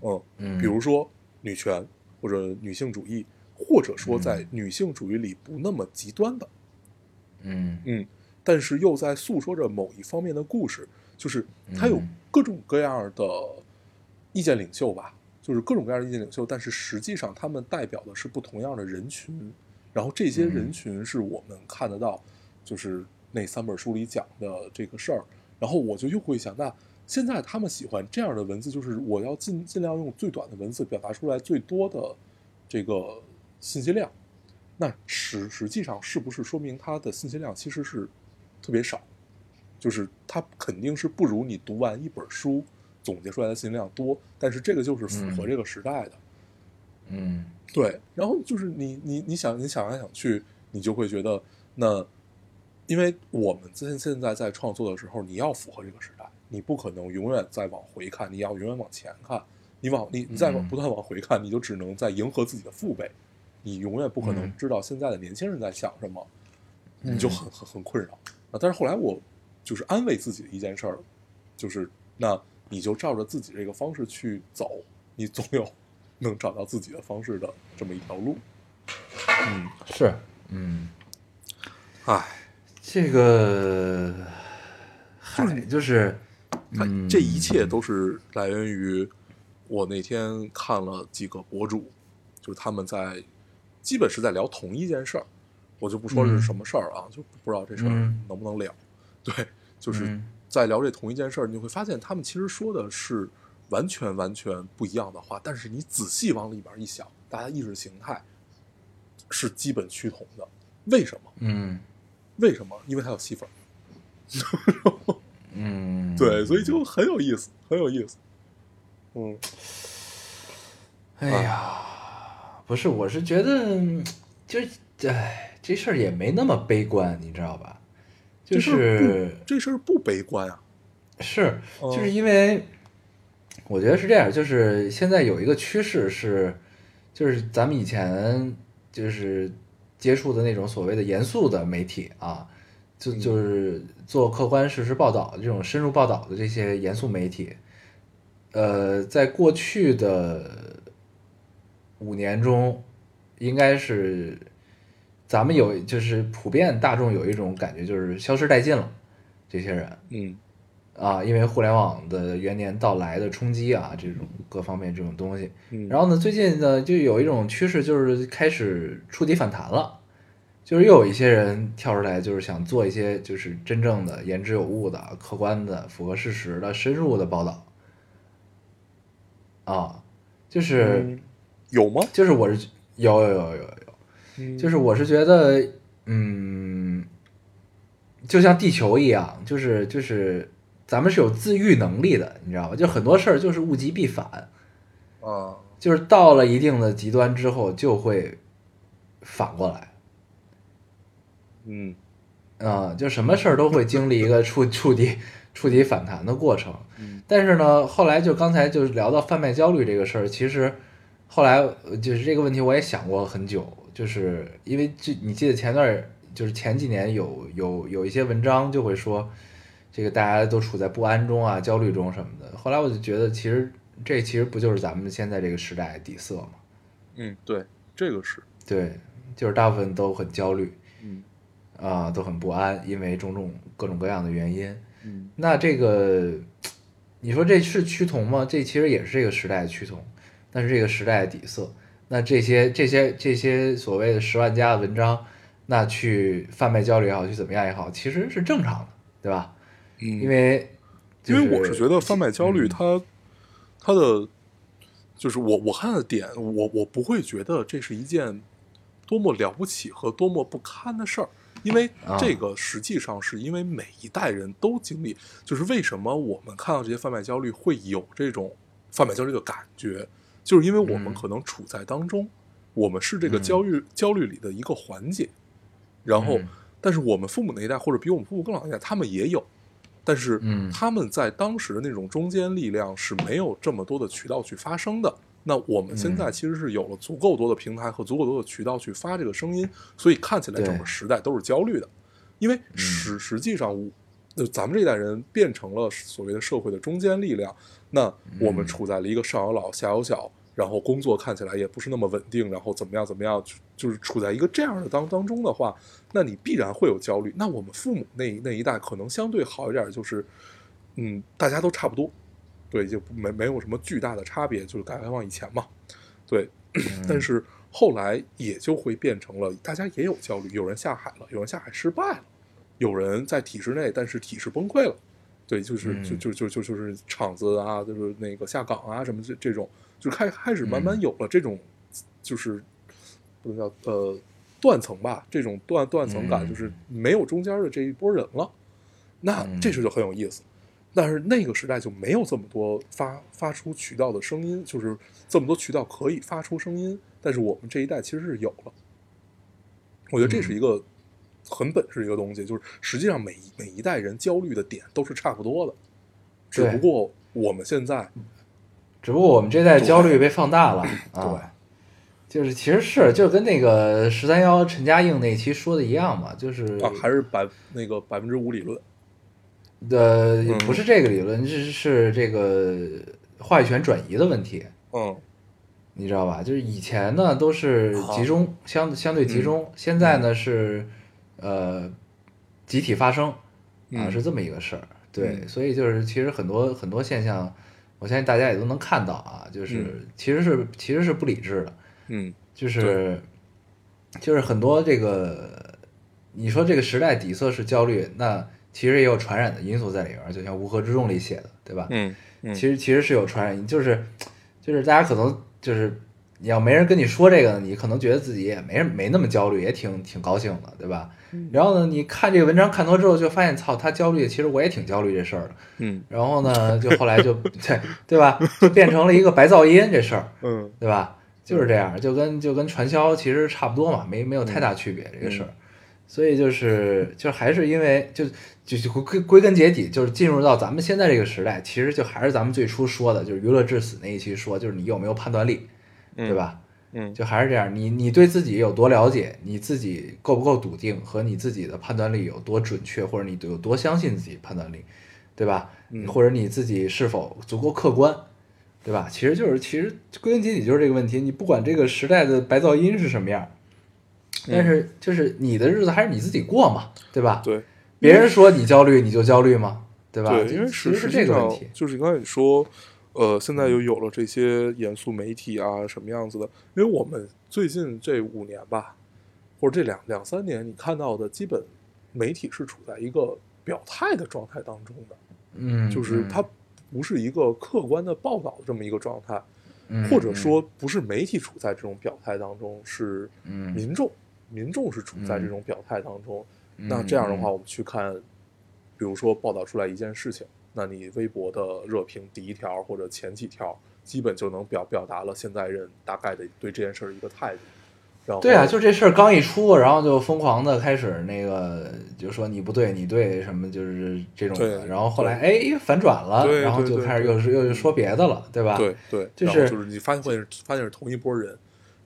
[SPEAKER 2] 嗯，
[SPEAKER 1] 嗯，
[SPEAKER 2] 比如说女权或者女性主义，或者说在女性主义里不那么极端的，
[SPEAKER 1] 嗯
[SPEAKER 2] 嗯，但是又在诉说着某一方面的故事，就是他有
[SPEAKER 1] 嗯
[SPEAKER 2] 各种各样的意见领袖吧，就是各种各样的意见领袖，但是实际上他们代表的是不同样的人群，然后这些人群是我们看得到，就是那三本书里讲的这个事儿，然后我就又会想，那现在他们喜欢这样的文字，就是我要尽尽量用最短的文字表达出来最多的这个信息量，那实实际上是不是说明它的信息量其实是特别少？就是它肯定是不如你读完一本书总结出来的信息量多，但是这个就是符合
[SPEAKER 1] 嗯
[SPEAKER 2] 这个时代的。
[SPEAKER 1] 嗯
[SPEAKER 2] 对，然后就是你你你想你想来想去，你就会觉得那，因为我们现现在在创作的时候，你要符合这个时代，你不可能永远再往回看，你要永远往前看，你往你你再往
[SPEAKER 1] 嗯
[SPEAKER 2] 不断往回看，你就只能在迎合自己的父辈，你永远不可能
[SPEAKER 1] 嗯
[SPEAKER 2] 知道现在的年轻人在想什么，
[SPEAKER 1] 嗯
[SPEAKER 2] 你就很很很困扰啊。但是后来我就是安慰自己的一件事儿，就是那你就照着自己这个方式去走，你总有能找到自己的方式的这么一条路。嗯，
[SPEAKER 1] 是嗯。
[SPEAKER 2] 哎，
[SPEAKER 1] 这个海就是，嗯，
[SPEAKER 2] 这一切都是来源于我那天看了几个博主，就是他们在基本是在聊同一件事儿，我就不说是什么事儿啊，就不知道这事儿
[SPEAKER 1] 嗯
[SPEAKER 2] 能不能聊。对，就是
[SPEAKER 1] 嗯
[SPEAKER 2] 在聊这同一件事儿，你会发现他们其实说的是完全完全不一样的话，但是你仔细往里边一想，大家意识形态是基本趋同的。为什么？
[SPEAKER 1] 嗯
[SPEAKER 2] 为什么？因为他有戏份儿。
[SPEAKER 1] 嗯，
[SPEAKER 2] 对，所以就很有意思，很有意思。嗯
[SPEAKER 1] 哎呀，不是，我是觉得，就是哎，这事儿也没那么悲观，你知道吧？就
[SPEAKER 2] 这事儿不
[SPEAKER 1] 是
[SPEAKER 2] 这事儿不悲观啊。
[SPEAKER 1] 是，就
[SPEAKER 2] 嗯
[SPEAKER 1] 是因为我觉得是这样，就是现在有一个趋势是，就是咱们以前就是接触的那种所谓的严肃的媒体啊，就就是做客观事实报道这种深入报道的这些严肃媒体，呃，在过去的五年中，应该是咱们有就是普遍大众有一种感觉，就是消失殆尽了，这些人。
[SPEAKER 2] 嗯
[SPEAKER 1] 啊，因为互联网的元年到来的冲击啊，这种各方面这种东西。
[SPEAKER 2] 嗯，
[SPEAKER 1] 然后呢，最近呢就有一种趋势，就是开始触底反弹了，就是又有一些人跳出来，就是想做一些就是真正的言之有物的、客观的、符合事实的、深入的报道。啊，就是、
[SPEAKER 2] 嗯有吗？
[SPEAKER 1] 就是我是有有有有有，就是是我是觉得，嗯，就像地球一样，就是就是咱们是有自愈能力的，你知道吧？就很多事儿就是物极必反，
[SPEAKER 2] 啊，
[SPEAKER 1] 就是到了一定的极端之后就会反过来。
[SPEAKER 2] 嗯
[SPEAKER 1] 嗯，就什么事儿都会经历一个触触底触底反弹的过程
[SPEAKER 2] 嗯。
[SPEAKER 1] 但是呢，后来就刚才就是聊到贩卖焦虑这个事儿，其实后来呃就是这个问题我也想过很久，就是因为这你记得前段儿就是前几年有有有一些文章就会说，这个大家都处在不安中啊、焦虑中什么的。后来我就觉得，其实这其实不就是咱们现在这个时代的底色嘛？
[SPEAKER 2] 嗯，对，这个是
[SPEAKER 1] 对，就是大部分都很焦虑
[SPEAKER 2] 嗯
[SPEAKER 1] 啊、都很不安，因为种种各种各样的原因。
[SPEAKER 2] 嗯
[SPEAKER 1] 那这个，你说这是趋同吗？这其实也是这个时代的趋同，但是这个时代的底色。那这些这些这些所谓的十万加的文章，那去贩卖焦虑也好，去怎么样也好，其实是正常的。对吧？
[SPEAKER 2] 嗯
[SPEAKER 1] 因为、就嗯
[SPEAKER 2] 因为我是觉得贩卖焦虑它，它的就是我我看的点，我我不会觉得这是一件多么了不起和多么不堪的事儿，因为
[SPEAKER 1] 啊
[SPEAKER 2] 这个实际上是因为每一代人都经历，就是为什么我们看到这些贩卖焦虑会有这种贩卖焦虑的感觉，就是因为我们
[SPEAKER 1] 嗯
[SPEAKER 2] 可能处在当中，我们是这个
[SPEAKER 1] 嗯
[SPEAKER 2] 焦虑、焦虑里的一个环节，然后。
[SPEAKER 1] 嗯
[SPEAKER 2] 但是我们父母那一代，或者比我们父母更老一代，他们也有，但是
[SPEAKER 1] 嗯
[SPEAKER 2] 他们在当时的那种中间力量是没有这么多的渠道去发声的。那我们现在其实是有了足够多的平台和足够多的渠道去发这个声音，所以看起来
[SPEAKER 1] 对
[SPEAKER 2] 整个时代都是焦虑的，因为实实际上我，就咱们这一代人变成了所谓的社会的中间力量，那我们处在了一个上有老下有小，然后工作看起来也不是那么稳定，然后怎么样怎么样，就就是处在一个这样的当当中的话，那你必然会有焦虑。那我们父母那那一代可能相对好一点，就是嗯，大家都差不多，对，就没没有什么巨大的差别，就是改革开放以前嘛，对，
[SPEAKER 1] 嗯
[SPEAKER 2] 但是后来也就会变成了大家也有焦虑，有人下海了，有人下海失败了，有人在体制内，但是体制崩溃了。对，就是就
[SPEAKER 1] 嗯
[SPEAKER 2] 就就就就是厂子啊，就是那个下岗啊什么这这种，就开开始慢慢有了这种，就是不能叫呃断层吧，这种断断层感，
[SPEAKER 1] 嗯
[SPEAKER 2] 就是没有中间的这一波人了。那
[SPEAKER 1] 嗯
[SPEAKER 2] 这事就很有意思。但是那个时代就没有这么多发发出渠道的声音，就是这么多渠道可以发出声音，但是我们这一代其实是有了。我觉得这
[SPEAKER 1] 嗯
[SPEAKER 2] 是一个很本事的一个东西，就是实际上每一每一代人焦虑的点都是差不多的，只
[SPEAKER 1] 对
[SPEAKER 2] 不过我们现在
[SPEAKER 1] 只不过我们这代焦虑被放大 了，啊，就是其实是就跟那个十三幺陈嘉映那期说的一样嘛，就是
[SPEAKER 2] 啊还是百那个百分之五理论，
[SPEAKER 1] 呃
[SPEAKER 2] 嗯
[SPEAKER 1] 不是这个理论，是是这个话语权转移的问题，
[SPEAKER 2] 嗯
[SPEAKER 1] 你知道吧？就是以前呢都是
[SPEAKER 2] 哦
[SPEAKER 1] 集中相相
[SPEAKER 2] 嗯
[SPEAKER 1] 对集中，现在呢是呃集体发声啊，
[SPEAKER 2] 嗯
[SPEAKER 1] 是这么一个事儿。对，
[SPEAKER 2] 嗯
[SPEAKER 1] 所以就是其实很多很多现象，我相信大家也都能看到啊，就是
[SPEAKER 2] 嗯
[SPEAKER 1] 其实是其实是不理智的。
[SPEAKER 2] 嗯
[SPEAKER 1] 就是就是很多这个，你说这个时代底色是焦虑，那其实也有传染的因素在里边儿，就像《乌合之众》里写的，对吧？
[SPEAKER 2] 嗯嗯，
[SPEAKER 1] 其实其实是有传染因，就是就是大家可能就是你要没人跟你说这个呢，你可能觉得自己也没没那么焦虑，也挺挺高兴的，对吧？然后呢，你看这个文章看多之后，就发现操，他焦虑，其实我也挺焦虑这事儿的。
[SPEAKER 2] 嗯
[SPEAKER 1] 然后呢，就后来就 对对吧，就变成了一个白噪音这事儿。
[SPEAKER 2] 嗯
[SPEAKER 1] 对吧？就是这样，就跟就跟传销其实差不多嘛，没没有太
[SPEAKER 2] 嗯
[SPEAKER 1] 大区别、这个事儿。所以就是就还是因为就就就归归根结底就是进入到咱们现在这个时代，其实就还是咱们最初说的，就是娱乐至死那一期说，就是你有没有判断力，
[SPEAKER 2] 嗯
[SPEAKER 1] 对吧？
[SPEAKER 2] 嗯
[SPEAKER 1] 就还是这样，你你对自己有多了解，你自己够不够笃定，和你自己的判断力有多准确，或者你有多相信自己判断力，对吧？
[SPEAKER 2] 嗯
[SPEAKER 1] 或者你自己是否足够客观，对吧？其实就是其实归根结底就是这个问题，你不管这个时代的白噪音是什么样，
[SPEAKER 2] 嗯
[SPEAKER 1] 但是就是你的日子还是你自己过嘛，对吧？
[SPEAKER 2] 对。
[SPEAKER 1] 别人说你焦虑，你就焦虑吗？对吧？
[SPEAKER 2] 对，
[SPEAKER 1] 就
[SPEAKER 2] 因为
[SPEAKER 1] 其
[SPEAKER 2] 实
[SPEAKER 1] 实
[SPEAKER 2] 实
[SPEAKER 1] 是
[SPEAKER 2] 际
[SPEAKER 1] 这个
[SPEAKER 2] 上
[SPEAKER 1] 问题，
[SPEAKER 2] 就是刚才你说，呃，现在又有了这些严肃媒体啊，什么样子的？因为我们最近这五年吧，或者这两两三年，你看到的基本媒体是处在一个表态的状态当中的，
[SPEAKER 1] 嗯，
[SPEAKER 2] 就是
[SPEAKER 1] 嗯
[SPEAKER 2] 它不是一个客观的报道的这么一个状态，
[SPEAKER 1] 嗯
[SPEAKER 2] 或者说不是媒体处在这种表态当中，是
[SPEAKER 1] 嗯
[SPEAKER 2] 民众，民众是处在这种表态当中。
[SPEAKER 1] 嗯
[SPEAKER 2] 那这样的话，
[SPEAKER 1] 嗯
[SPEAKER 2] 我们去看，比如说报道出来一件事情，那你微博的热评第一条或者前几条，基本就能表表达了现在人大概的对这件事儿一个态度。然后
[SPEAKER 1] 对啊，就这事儿刚一出，然后就疯狂的开始那个，就说你不对，你对什么，就是这种的。
[SPEAKER 2] 对
[SPEAKER 1] 然后后来哎反转了，
[SPEAKER 2] 对
[SPEAKER 1] 然后
[SPEAKER 2] 对
[SPEAKER 1] 就
[SPEAKER 2] 对
[SPEAKER 1] 开始又是又是说别的了，对吧？
[SPEAKER 2] 对对，
[SPEAKER 1] 就
[SPEAKER 2] 然后
[SPEAKER 1] 是
[SPEAKER 2] 就是你发现会发现是同一波人，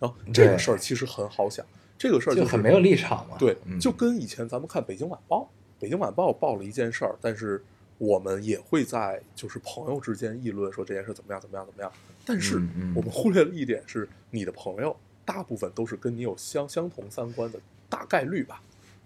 [SPEAKER 2] 然后这
[SPEAKER 1] 对
[SPEAKER 2] 个事儿其实很好想，这个事儿
[SPEAKER 1] 就是很没有立场嘛。
[SPEAKER 2] 对，
[SPEAKER 1] 嗯
[SPEAKER 2] 就跟以前咱们看《北京晚报》，《北京晚报》报了一件事儿，但是我们也会在就是朋友之间议论说这件事怎么样怎么样怎么样。但是
[SPEAKER 1] 嗯嗯
[SPEAKER 2] 我们忽略了一点是，你的朋友大部分都是跟你有相相同三观的，大概率吧。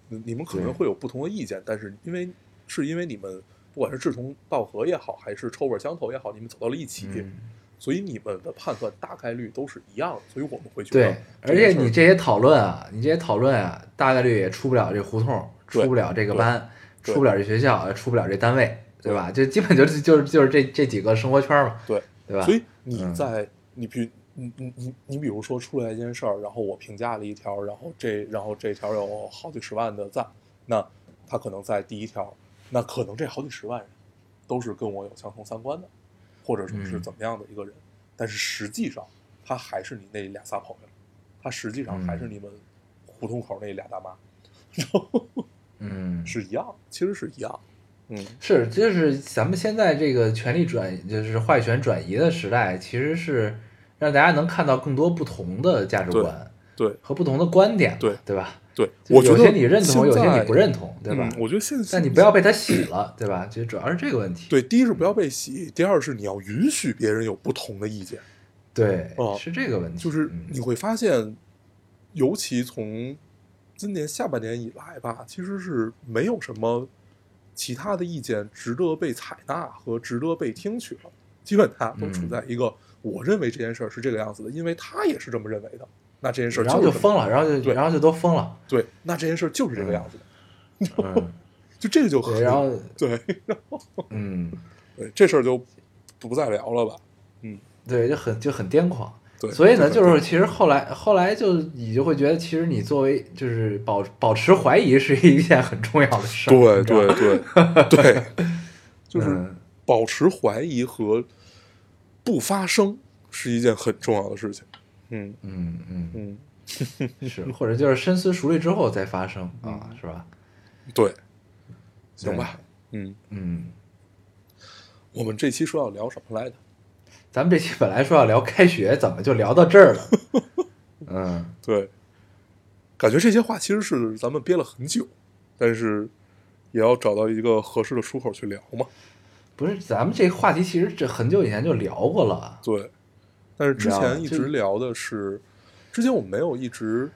[SPEAKER 2] 你你们可能
[SPEAKER 1] 对
[SPEAKER 2] 会有不同的意见，但是因为是因为你们不管是志同道合也好，还是臭味相投也好，你们走到了一起，
[SPEAKER 1] 嗯
[SPEAKER 2] 所以你们的判断大概率都是一样的。所以我们会觉得
[SPEAKER 1] 对，而且你
[SPEAKER 2] 这
[SPEAKER 1] 这些讨论啊，你这些讨论啊，大概率也出不了这胡同，
[SPEAKER 2] 对
[SPEAKER 1] 出不了这个班，
[SPEAKER 2] 对
[SPEAKER 1] 出不了这学校，出不了这单位，对吧？就基本就是就是就是这这几个生活圈嘛，
[SPEAKER 2] 对
[SPEAKER 1] 对吧？
[SPEAKER 2] 所以你
[SPEAKER 1] 嗯
[SPEAKER 2] 在、你比你你你你比如说出来一件事儿，然后我评价了一条，然后这然后这条有好几十万的赞，那他可能在第一条，那可能这好几十万人都是跟我有相同三观的，或者说是
[SPEAKER 1] 嗯
[SPEAKER 2] 怎么样的一个人，但是实际上他还是你那俩仨朋友，他实际上还是你们胡同口那俩大妈，然后
[SPEAKER 1] 嗯，
[SPEAKER 2] 是一样，其实是一样，嗯，
[SPEAKER 1] 是，就是咱们现在这个权力转，就是话语权转移的时代，其实是让大家能看到更多不同的价值观
[SPEAKER 2] 对
[SPEAKER 1] 和不同的观点，
[SPEAKER 2] 对
[SPEAKER 1] 对吧？
[SPEAKER 2] 对，
[SPEAKER 1] 就
[SPEAKER 2] 我觉
[SPEAKER 1] 有
[SPEAKER 2] 得
[SPEAKER 1] 些你认同，
[SPEAKER 2] 现
[SPEAKER 1] 有些
[SPEAKER 2] 在
[SPEAKER 1] 你不认同，对吧？
[SPEAKER 2] 嗯我觉得现在
[SPEAKER 1] 但你不要被它洗了，对吧？其实主要是这个问题。
[SPEAKER 2] 对，第一是不要被洗，第二是你要允许别人有不同的意见。
[SPEAKER 1] 对
[SPEAKER 2] 哦
[SPEAKER 1] 是这个问题。
[SPEAKER 2] 就是
[SPEAKER 1] 嗯
[SPEAKER 2] 你会发现，尤其从今年下半年以来吧，其实是没有什么其他的意见值得被采纳和值得被听取了。基本大家都处
[SPEAKER 1] 嗯
[SPEAKER 2] 在一个、我认为这件事儿是这个样子的，因为他也是这么认为的，那这件事儿
[SPEAKER 1] 然后
[SPEAKER 2] 是
[SPEAKER 1] 就
[SPEAKER 2] 这么
[SPEAKER 1] 疯了，然后就
[SPEAKER 2] 对
[SPEAKER 1] 然后就都疯 了。
[SPEAKER 2] 对，那这件事儿就是这个样子的，
[SPEAKER 1] 嗯，
[SPEAKER 2] 就这个就
[SPEAKER 1] 对，
[SPEAKER 2] 很
[SPEAKER 1] 然后
[SPEAKER 2] 对
[SPEAKER 1] 嗯，
[SPEAKER 2] 对，这事儿就不再聊了吧。
[SPEAKER 1] 对，就很就很癫狂。
[SPEAKER 2] 对，
[SPEAKER 1] 所以呢，
[SPEAKER 2] 很
[SPEAKER 1] 就是其实后来后来就你就会觉得，其实你作为就是保保持怀疑是一件很重要的事儿。
[SPEAKER 2] 对
[SPEAKER 1] 你知道
[SPEAKER 2] 对
[SPEAKER 1] 吗，
[SPEAKER 2] 对 对，就是
[SPEAKER 1] 嗯
[SPEAKER 2] 保持怀疑和不发声是一件很重要的事情。嗯
[SPEAKER 1] 嗯嗯
[SPEAKER 2] 嗯， 嗯
[SPEAKER 1] 是，或者就是深思熟虑之后再发生啊，是吧？
[SPEAKER 2] 对，行吧。嗯，
[SPEAKER 1] 嗯，
[SPEAKER 2] 我们这期说要聊什么来着？
[SPEAKER 1] 咱们这期本来说要聊开学，怎么就聊到这儿 了？嗯，
[SPEAKER 2] 对，感觉这些话其实是咱们憋了很久，但是也要找到一个合适的出口去聊嘛。
[SPEAKER 1] 不是，咱们这个话题其实这很久以前就聊过了。
[SPEAKER 2] 对，但是之
[SPEAKER 1] 你知道吗
[SPEAKER 2] 前一直
[SPEAKER 1] 这
[SPEAKER 2] 聊的是，之前我们没有一直，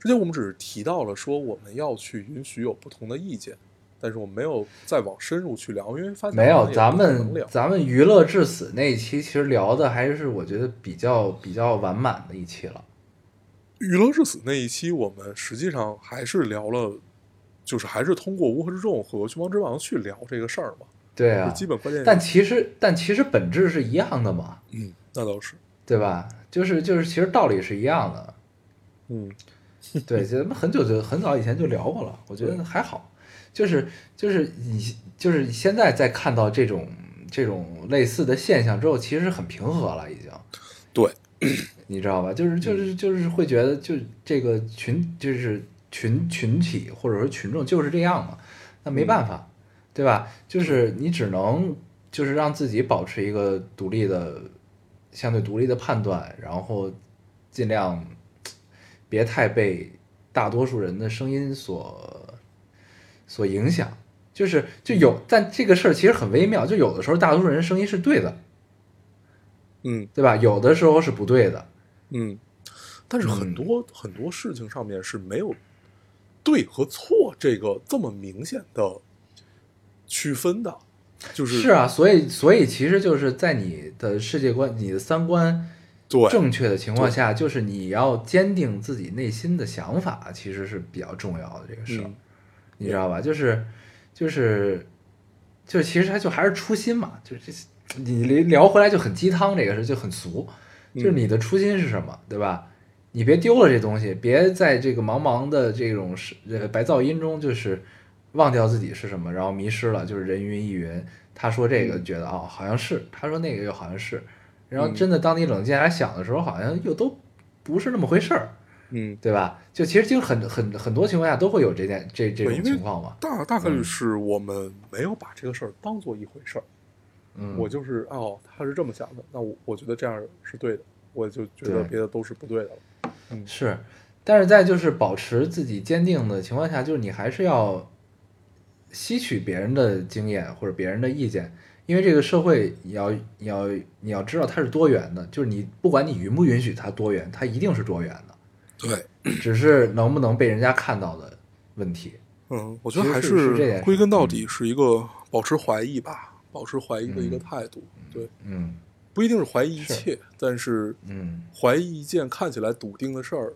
[SPEAKER 2] 之前我们只是提到了说我们要去允许有不同的意见，但是我们没有再往深入去聊，因为发现
[SPEAKER 1] 没
[SPEAKER 2] 好
[SPEAKER 1] 有，
[SPEAKER 2] 像也
[SPEAKER 1] 咱
[SPEAKER 2] 不可能
[SPEAKER 1] 们
[SPEAKER 2] 聊
[SPEAKER 1] 咱们娱乐至死那一期，其实聊的还是我觉得比较比较完满的一期了。
[SPEAKER 2] 娱乐至死那一期，我们实际上还是聊了，就是还是通过乌合之众和熊猫之王去聊这个事儿嘛，
[SPEAKER 1] 对
[SPEAKER 2] 就
[SPEAKER 1] 啊，
[SPEAKER 2] 基本关键。
[SPEAKER 1] 但其实但其实本质是一样的嘛，
[SPEAKER 2] 嗯，那倒是，
[SPEAKER 1] 对吧？就是就是，其实道理是一样的。
[SPEAKER 2] 嗯
[SPEAKER 1] 对，咱们很久就很早以前就聊过了，我觉得还好。就是就是你就是现在再看到这种这种类似的现象之后，其实很平和了，已经。
[SPEAKER 2] 对，
[SPEAKER 1] 你知道吧？就是就是就是会觉得，就这个群就是群群体或者说群众就是这样嘛，那没办法，对吧？就是你只能就是让自己保持一个独立的、相对独立的判断，然后尽量嘖别太被大多数人的声音所所影响。就是就有，但这个事儿其实很微妙，就有的时候大多数人声音是对的，
[SPEAKER 2] 嗯
[SPEAKER 1] 对吧？有的时候是不对的。
[SPEAKER 2] 嗯，但是很
[SPEAKER 1] 嗯
[SPEAKER 2] 多、很多事情上面是没有对和错这个这么明显的区分的，就是
[SPEAKER 1] 是啊，所以所以其实就是在你的世界观、你的三观
[SPEAKER 2] 对
[SPEAKER 1] 正确的情况下，就是你要坚定自己内心的想法，其实是比较重要的这个事儿，
[SPEAKER 2] 嗯
[SPEAKER 1] 你知道吧？就是就是就其实它就还是初心嘛，就是这你聊回来就很鸡汤这个事儿就很俗，就是
[SPEAKER 2] 嗯
[SPEAKER 1] 你的初心是什么，对吧？你别丢了这东西，别在这个茫茫的这种是呃白噪音中，就是忘掉自己是什么，然后迷失了，就是人云亦云。他说这个觉得哦好像是，他说那个又好像是，然后
[SPEAKER 2] 嗯
[SPEAKER 1] 真的当你冷静下来想的时候，好像又都不是那么回事儿，
[SPEAKER 2] 嗯，
[SPEAKER 1] 对吧？就其实就很很很多情况下都会有这件这这
[SPEAKER 2] 对
[SPEAKER 1] 种
[SPEAKER 2] 因为
[SPEAKER 1] 情况嘛。
[SPEAKER 2] 大大概率
[SPEAKER 1] 嗯
[SPEAKER 2] 是我们没有把这个事儿当做一回事儿，
[SPEAKER 1] 嗯，
[SPEAKER 2] 我就是哦，他是这么想的，那我我觉得这样是对的，我就觉
[SPEAKER 1] 对
[SPEAKER 2] 得别的都是不对的了。
[SPEAKER 1] 是，但是在就是保持自己坚定的情况下，就是你还是要吸取别人的经验或者别人的意见，因为这个社会你要你要你要知道它是多元的，就是你不管你允不允许它多元，它一定是多元的，
[SPEAKER 2] 对，
[SPEAKER 1] 只是能不能被人家看到的问题。
[SPEAKER 2] 嗯，我觉得
[SPEAKER 1] 其
[SPEAKER 2] 还
[SPEAKER 1] 实是是这件事嗯
[SPEAKER 2] 归根到底是一个保持怀疑吧，保持怀疑的一个
[SPEAKER 1] 嗯
[SPEAKER 2] 态度。对，
[SPEAKER 1] 嗯
[SPEAKER 2] 不一定是怀疑一
[SPEAKER 1] 是
[SPEAKER 2] 切，但是
[SPEAKER 1] 嗯，
[SPEAKER 2] 怀疑一件看起来笃定的事儿，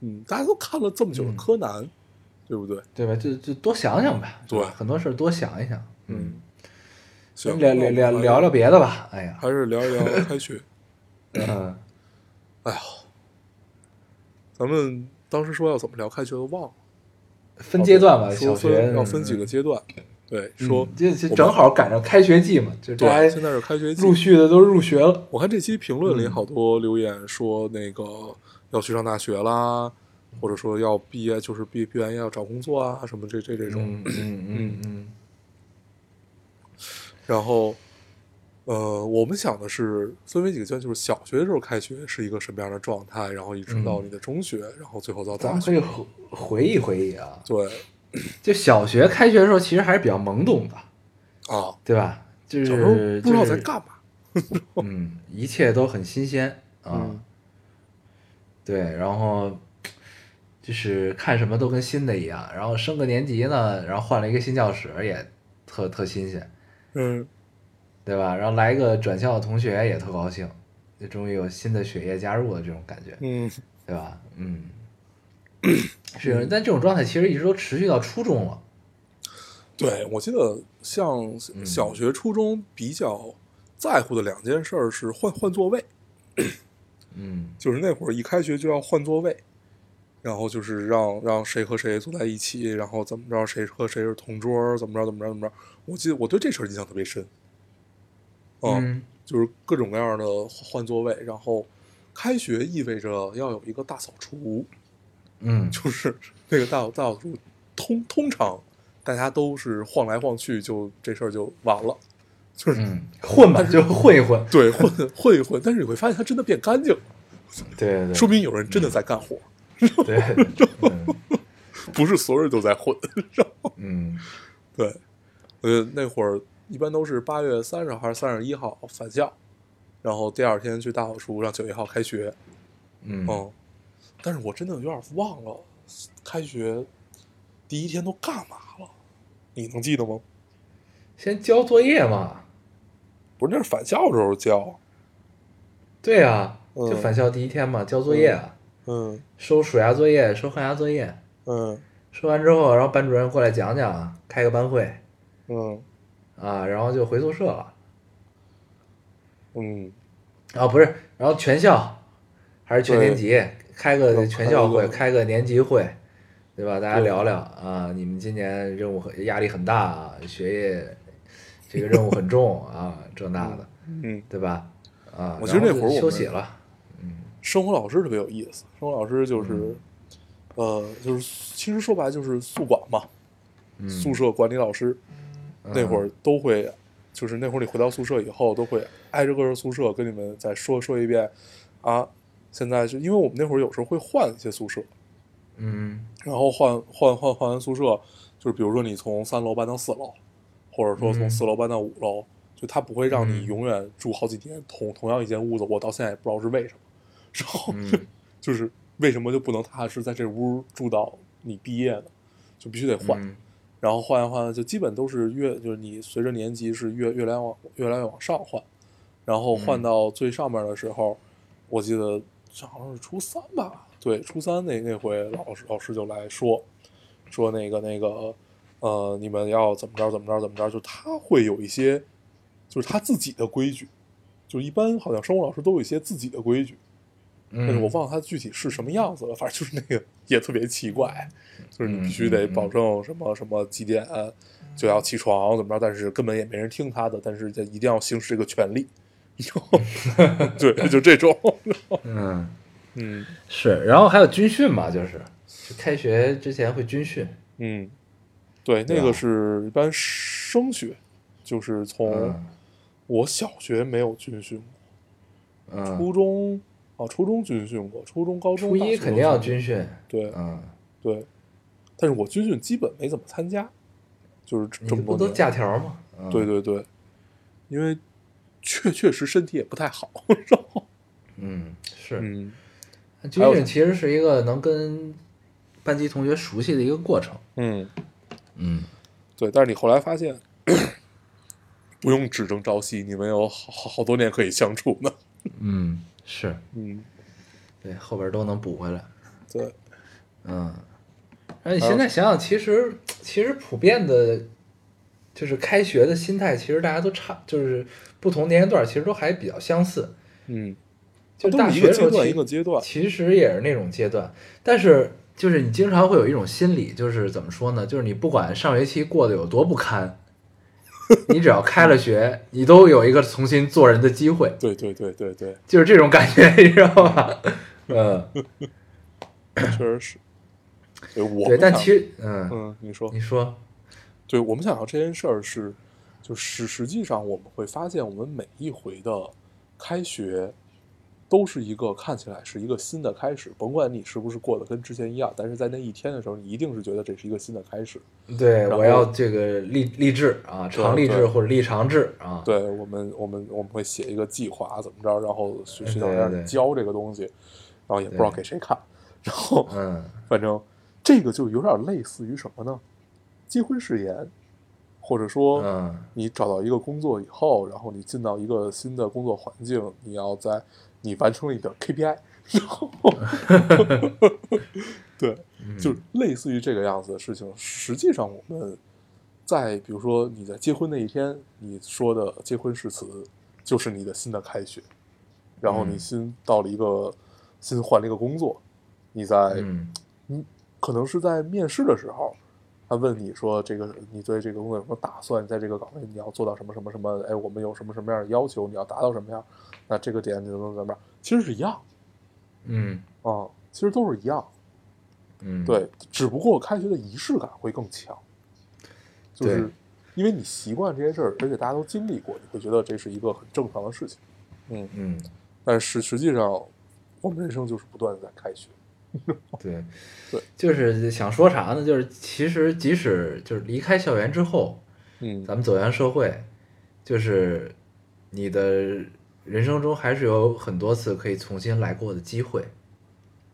[SPEAKER 2] 嗯，大家都看了这么久的
[SPEAKER 1] 嗯
[SPEAKER 2] 柯南，对不对？
[SPEAKER 1] 对吧？就就多想想吧，
[SPEAKER 2] 对
[SPEAKER 1] 很多事儿多想一想。嗯，，
[SPEAKER 2] 行，
[SPEAKER 1] 聊聊聊聊聊别的吧。哎呀，
[SPEAKER 2] 还是聊一聊开学。
[SPEAKER 1] 嗯，
[SPEAKER 2] 哎呀，咱们当时说要怎么聊开学都忘了，
[SPEAKER 1] 分阶段吧，
[SPEAKER 2] 说
[SPEAKER 1] 哎小
[SPEAKER 2] 分
[SPEAKER 1] 学
[SPEAKER 2] 要分几个阶段，对，说
[SPEAKER 1] 嗯这这
[SPEAKER 2] 我们
[SPEAKER 1] 正好赶上开学季嘛，就大
[SPEAKER 2] 对，
[SPEAKER 1] 家
[SPEAKER 2] 现在是开学季
[SPEAKER 1] 陆续的都入嗯学了。
[SPEAKER 2] 我看这期评论里好多留言说那个要去上大学啦，或者说要毕业，就是毕毕完业要找工作啊，什么这这这种。
[SPEAKER 1] 嗯嗯嗯
[SPEAKER 2] 然后，呃，我们想的是分为几个阶段，就是小学的时候开学是一个什么样的状态，然后一直到你的中学，然后最后到
[SPEAKER 1] 嗯咱
[SPEAKER 2] 大
[SPEAKER 1] 们可
[SPEAKER 2] 学。
[SPEAKER 1] 以回回忆回忆啊，
[SPEAKER 2] 对
[SPEAKER 1] 就小学开学的时候，其实还是比较懵懂的，
[SPEAKER 2] 啊，
[SPEAKER 1] 对吧？就
[SPEAKER 2] 小时候
[SPEAKER 1] 是
[SPEAKER 2] 不知道在
[SPEAKER 1] 就是
[SPEAKER 2] 干嘛。
[SPEAKER 1] 嗯，一切都很新鲜啊。
[SPEAKER 2] 嗯
[SPEAKER 1] 对，然后就是看什么都跟新的一样，然后升个年级呢，然后换了一个新教室也特特新鲜，
[SPEAKER 2] 嗯，
[SPEAKER 1] 对吧？然后来一个转校的同学也特高兴，就终于有新的血液加入了这种感觉，
[SPEAKER 2] 嗯，
[SPEAKER 1] 对吧？嗯， 是，但这种状态其实一直都持续到初中了。
[SPEAKER 2] 对，我记得像小学、初中比较在乎的两件事儿是换换座位。
[SPEAKER 1] 嗯
[SPEAKER 2] 就是那会儿一开学就要换座位，然后就是让让谁和谁坐在一起，然后怎么着谁和谁是同桌儿，怎么着怎么着怎么着。我记得我对这事儿印象特别深，啊，
[SPEAKER 1] 嗯
[SPEAKER 2] 就是各种各样的换座位，然后开学意味着要有一个大扫除，
[SPEAKER 1] 嗯
[SPEAKER 2] 就是那个大大扫除通通常大家都是晃来晃去，就这事儿就完了，就是、
[SPEAKER 1] 嗯，混 吧，就混一混。
[SPEAKER 2] 对混混一混，但是你会发现它真的变干净了，
[SPEAKER 1] 对对对，
[SPEAKER 2] 说明有人真的在干活。
[SPEAKER 1] 对， 嗯
[SPEAKER 2] 不是所有人都在混。
[SPEAKER 1] 嗯
[SPEAKER 2] 对，呃，那会儿一般都是八月三十号还是三十一号返校，然后第二天去大扫除，让九一号开学。
[SPEAKER 1] 嗯
[SPEAKER 2] 嗯，但是我真的有点忘了开学第一天都干嘛了，你能记得吗？
[SPEAKER 1] 先交作业嘛。
[SPEAKER 2] 不是，那是返校时候交。
[SPEAKER 1] 对啊，
[SPEAKER 2] 嗯
[SPEAKER 1] 就返校第一天嘛，交作业啊，
[SPEAKER 2] 嗯
[SPEAKER 1] 收暑假作业，收寒假作业，
[SPEAKER 2] 嗯
[SPEAKER 1] 收完之后，然后班主任过来讲讲，开个班会
[SPEAKER 2] 嗯
[SPEAKER 1] 啊，然后就回宿舍了。
[SPEAKER 2] 嗯，
[SPEAKER 1] 啊，不是，然后全校还是全
[SPEAKER 2] 对
[SPEAKER 1] 年级开个全校会，
[SPEAKER 2] 开
[SPEAKER 1] 开个年级会，对吧？大家
[SPEAKER 2] 对
[SPEAKER 1] 聊聊啊，你们今年任务很压力很大啊，学业这个任务很重啊，这那的，
[SPEAKER 2] 嗯，
[SPEAKER 1] 对吧？啊，
[SPEAKER 2] 我觉得
[SPEAKER 1] 然后就
[SPEAKER 2] 那会儿我们
[SPEAKER 1] 休息了，
[SPEAKER 2] 生活老师特别有意思。生活老师就是，呃，就是其实说白了就是宿管嘛，
[SPEAKER 1] 嗯
[SPEAKER 2] 宿舍管理老师。那会儿都会，就是那会儿你回到宿舍以后，都会挨着各个宿舍跟你们再说说一遍啊。现在是因为我们那会儿有时候会换一些宿舍，
[SPEAKER 1] 嗯
[SPEAKER 2] 然后换换换换完宿舍，就是比如说你从三楼搬到四楼，或者说从
[SPEAKER 1] 嗯
[SPEAKER 2] 四楼搬到五楼，就它不会让你
[SPEAKER 1] 嗯
[SPEAKER 2] 永远住好几年同同样一间屋子。我到现在也不知道是为什么，然后
[SPEAKER 1] 嗯
[SPEAKER 2] 就是为什么就不能踏实在这屋住到你毕业呢？就必须得换。
[SPEAKER 1] 嗯
[SPEAKER 2] 然后换呀换呀，就基本都是越就是你随着年级是越越来往越来越往上换，然后换
[SPEAKER 1] 嗯
[SPEAKER 2] 到最上面的时候，我记得这好像是初三吧，对，初三那那回老师老师就来说，说那个那个呃，你们要怎么着怎么着怎么着，就他会有一些就是他自己的规矩，就是一般好像生物老师都有一些自己的规矩，
[SPEAKER 1] 嗯，
[SPEAKER 2] 但是我忘了它具体是什么样子了，反正就是那个也特别奇怪，就是你
[SPEAKER 1] 嗯
[SPEAKER 2] 必须得
[SPEAKER 1] 嗯嗯
[SPEAKER 2] 保证什么什么几点呃就要起床怎么着，但是根本也没人听他的，但是就一定要行使这个权利， 对，就这种，
[SPEAKER 1] 嗯。
[SPEAKER 2] 嗯
[SPEAKER 1] 是，然后还有军训嘛，就是就开学之前会军训，
[SPEAKER 2] 嗯，对，
[SPEAKER 1] 对
[SPEAKER 2] 那个
[SPEAKER 1] 啊
[SPEAKER 2] 是一般升学，就是从
[SPEAKER 1] 嗯
[SPEAKER 2] 我小学没有军训过，初
[SPEAKER 1] 嗯，
[SPEAKER 2] 中啊初中军训过，初中高中
[SPEAKER 1] 初
[SPEAKER 2] 大学
[SPEAKER 1] 一
[SPEAKER 2] 都
[SPEAKER 1] 肯定要
[SPEAKER 2] 训
[SPEAKER 1] 军训，
[SPEAKER 2] 过，对
[SPEAKER 1] 嗯，
[SPEAKER 2] 对，但是我军训基本没怎么参加，就是这
[SPEAKER 1] 你
[SPEAKER 2] 这么
[SPEAKER 1] 不
[SPEAKER 2] 多
[SPEAKER 1] 都
[SPEAKER 2] 年
[SPEAKER 1] 假条吗？嗯
[SPEAKER 2] 对，对对，因为确确实身体也不太好，然后
[SPEAKER 1] 嗯，是，
[SPEAKER 2] 嗯
[SPEAKER 1] 军训其实是一个能跟班级同学熟悉的一个过程，
[SPEAKER 2] 嗯，
[SPEAKER 1] 嗯，
[SPEAKER 2] 对，但是你后来发现不用只争朝夕，你们有好好好多年可以相处呢，
[SPEAKER 1] 嗯，是
[SPEAKER 2] 嗯，
[SPEAKER 1] 对，后边都能补回来，
[SPEAKER 2] 对，
[SPEAKER 1] 嗯，然后你现在想想，其实其实普遍的，就是开学的心态，其实大家都差，就是不同年龄段其实都还比较相似。
[SPEAKER 2] 嗯，
[SPEAKER 1] 就
[SPEAKER 2] 都
[SPEAKER 1] 大
[SPEAKER 2] 是一个
[SPEAKER 1] 学时
[SPEAKER 2] 阶
[SPEAKER 1] 候
[SPEAKER 2] 段
[SPEAKER 1] 其
[SPEAKER 2] 一个阶段，
[SPEAKER 1] 其实也是那种阶段，但是就是你经常会有一种心理，就是怎么说呢？就是你不管上学期过得有多不堪，你只要开了学，你都有一个重新做人的机会，
[SPEAKER 2] 对对对对对，
[SPEAKER 1] 就是这种感觉， 你知道吧？嗯，
[SPEAKER 2] 确 实是。对，我
[SPEAKER 1] 对，
[SPEAKER 2] 们
[SPEAKER 1] 但
[SPEAKER 2] 想
[SPEAKER 1] 其实，嗯，
[SPEAKER 2] 嗯，你说，
[SPEAKER 1] 你说，
[SPEAKER 2] 对我们想到这件事儿是，就是实际上我们会发现，我们每一回的开学都是一个看起来是一个新的开始，甭管你是不是过得跟之前一样，但是在那一天的时候，你一定是觉得这是一个新的开始。
[SPEAKER 1] 对，
[SPEAKER 2] 嗯然后
[SPEAKER 1] 我要这个励励志啊，长励志
[SPEAKER 2] 对
[SPEAKER 1] 或者立长志啊，
[SPEAKER 2] 对我们，我们我们会写一个计划，啊怎么着，然后学
[SPEAKER 1] 嗯对
[SPEAKER 2] 学校
[SPEAKER 1] 对
[SPEAKER 2] 让
[SPEAKER 1] 对
[SPEAKER 2] 你教这个东西，然后也不知道
[SPEAKER 1] 对
[SPEAKER 2] 给谁看，然后
[SPEAKER 1] 嗯，
[SPEAKER 2] 反正这个就有点类似于什么呢？结婚誓言，或者说，
[SPEAKER 1] 嗯，
[SPEAKER 2] 你找到一个工作以后，然后你进到一个新的工作环境，你要在你完成了你的 KPI，然 后，对，就
[SPEAKER 1] 嗯
[SPEAKER 2] 类似于这个样子的事情。实际上，我们在比如说你在结婚那一天，你说的结婚誓词，就是你的新的开学。然后你
[SPEAKER 1] 嗯
[SPEAKER 2] 新到了一个新换了一个工作，你在
[SPEAKER 1] 嗯，
[SPEAKER 2] 嗯，可能是在面试的时候，他问你说这个你对这个工作有什么打算？在这个岗位你要做到什么什么什么？哎，我们有什么什么样的要求？你要达到什么样？那这个点你怎么怎么样？其实是一样
[SPEAKER 1] 嗯，
[SPEAKER 2] 啊、其实都是一样。
[SPEAKER 1] 嗯，，
[SPEAKER 2] 对，只不过开学的仪式感会更强，就
[SPEAKER 1] 对
[SPEAKER 2] 是因为你习惯这些事儿，而且大家都经历过，你会觉得这是一个很正常的事情。嗯，
[SPEAKER 1] 嗯，
[SPEAKER 2] 但是实际上，我们人生就是不断的在开学。
[SPEAKER 1] 对，
[SPEAKER 2] 对，
[SPEAKER 1] 就是 想说啥呢？就是其实即使就是离开校园之后，
[SPEAKER 2] 嗯
[SPEAKER 1] 咱们走向社会，就是你的人生中还是有很多次可以重新来过的机会。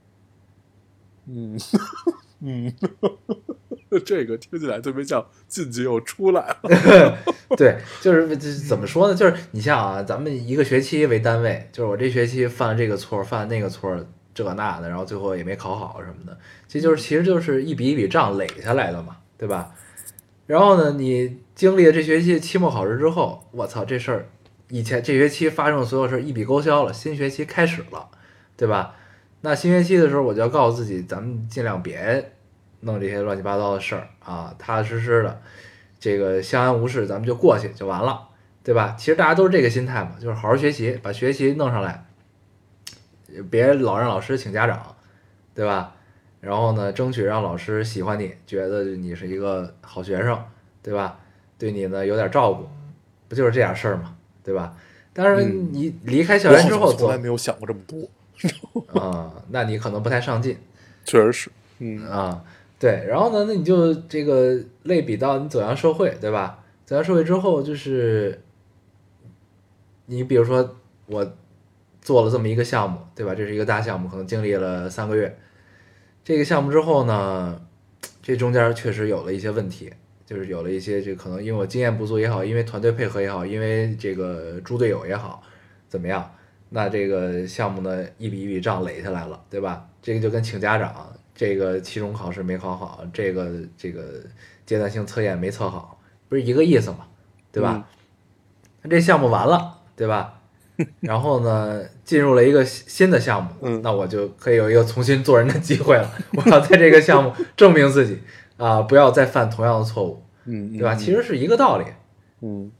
[SPEAKER 2] 嗯嗯， 这个听起来特别像进去又出来了。
[SPEAKER 1] 对，就是这怎么说呢？就是你像啊，咱们一个学期为单位，就是我这学期犯了这个错儿，犯了那个错儿，这个那的，然后最后也没考好什么的，这就是其实就是一笔一笔账垒下来的嘛，对吧？然后呢，你经历了这学期期末考试之后，我操，这事儿以前这学期发生的所有事儿一笔勾销了，新学期开始了，对吧？那新学期的时候，我就要告诉自己，咱们尽量别弄这些乱七八糟的事儿啊，踏踏实实的，这个相安无事，咱们就过去就完了，对吧？其实大家都是这个心态嘛，就是好好学习，把学习弄上来，呃别老让老师请家长，对吧？然后呢，争取让老师喜欢你，觉得你是一个好学生，对吧？对你呢有点照顾，不就是这点事儿嘛，对吧？当然，
[SPEAKER 2] 嗯
[SPEAKER 1] 你离开校
[SPEAKER 2] 我
[SPEAKER 1] 园
[SPEAKER 2] 好
[SPEAKER 1] 之
[SPEAKER 2] 像
[SPEAKER 1] 后
[SPEAKER 2] 从
[SPEAKER 1] 做
[SPEAKER 2] 来没有想过这么多，
[SPEAKER 1] 啊、那你可能不太上进
[SPEAKER 2] 确实是，嗯
[SPEAKER 1] 啊、对，然后呢，那你就这个类比到你走向社会，对吧？走向社会之后，就是你比如说我做了这么一个项目，对吧？这是一个大项目，可能经历了三个月。这个项目之后呢，这中间确实有了一些问题，就是有了一些这可能因为我经验不足也好，因为团队配合也好，因为这个猪队友也好，怎么样？那这个项目呢，一笔一笔账垒下来了，对吧？这个就跟请家长，这个期中考试没考好，这个这个阶段性测验没测好，不是一个意思嘛，对吧？
[SPEAKER 2] 嗯
[SPEAKER 1] 那这项目完了，对吧？ 然后呢，进入了一个新新的项目，
[SPEAKER 2] 嗯
[SPEAKER 1] 那我就可以有一个重新做人的机会了。 我要在这个项目证明自己啊、不要再犯同样的错误，
[SPEAKER 2] 嗯，
[SPEAKER 1] 对吧？其实是一个道理
[SPEAKER 2] 嗯，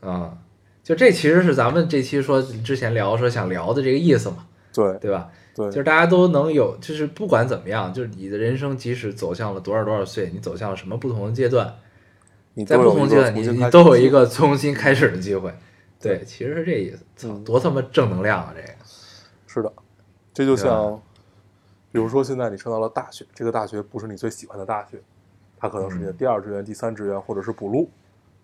[SPEAKER 1] 啊、就这其实是咱们这期说之前聊说想聊的这个意思嘛，
[SPEAKER 2] 对
[SPEAKER 1] 对吧？
[SPEAKER 2] 对，
[SPEAKER 1] 就是大家都能有，就是不管怎么样，就是你的人生即使走向了多少多少岁，你走向了什么不同的阶段，
[SPEAKER 2] 你
[SPEAKER 1] 在
[SPEAKER 2] 都
[SPEAKER 1] 不同
[SPEAKER 2] 有一
[SPEAKER 1] 阶
[SPEAKER 2] 个
[SPEAKER 1] 段，
[SPEAKER 2] 重
[SPEAKER 1] 你
[SPEAKER 2] 新
[SPEAKER 1] 你
[SPEAKER 2] 开始
[SPEAKER 1] 都有
[SPEAKER 2] 的
[SPEAKER 1] 一
[SPEAKER 2] 机会
[SPEAKER 1] 个重新开始的机会。对，其实是这意思。操，
[SPEAKER 2] 嗯
[SPEAKER 1] 多他妈正能量啊！这个，
[SPEAKER 2] 是的，这就
[SPEAKER 1] 对啊吧
[SPEAKER 2] 像，比如说现在你上到了大学，这个大学不是你最喜欢的大学，它可能是你的第二志愿、第三志愿或者是补录，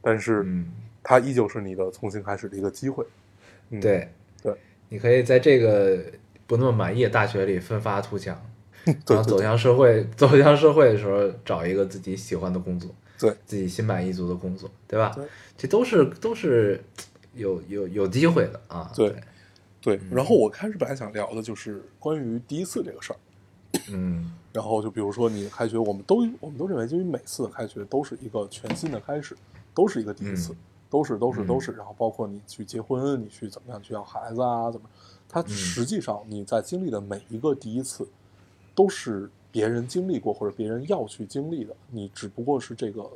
[SPEAKER 2] 但是
[SPEAKER 1] 嗯，
[SPEAKER 2] 它依旧是你的重新开始的一个机会。 嗯，
[SPEAKER 1] 对
[SPEAKER 2] 对，
[SPEAKER 1] 你可以在这个不那么满意的大学里奋发图强，
[SPEAKER 2] 对
[SPEAKER 1] 然后
[SPEAKER 2] 对
[SPEAKER 1] 走向社会，走向社会的时候找一个自己喜欢的工作，
[SPEAKER 2] 对
[SPEAKER 1] 自己心满意足的工作，对吧？
[SPEAKER 2] 对
[SPEAKER 1] 这都是都是有有有机会的啊。
[SPEAKER 2] 对
[SPEAKER 1] 嗯
[SPEAKER 2] 对。然后我开始本来想聊的就是关于第一次这个事儿，
[SPEAKER 1] 嗯
[SPEAKER 2] 然后就比如说你开学，我们都我们都认为，因为每次的开学都是一个全新的开始，都是一个第一次，
[SPEAKER 1] 嗯
[SPEAKER 2] 都是都是
[SPEAKER 1] 嗯
[SPEAKER 2] 都是。然后包括你去结婚，你去怎么样去要孩子啊，怎么，它
[SPEAKER 1] 嗯
[SPEAKER 2] 实际上你在经历的每一个第一次，都是别人经历过或者别人要去经历的，你只不过是这个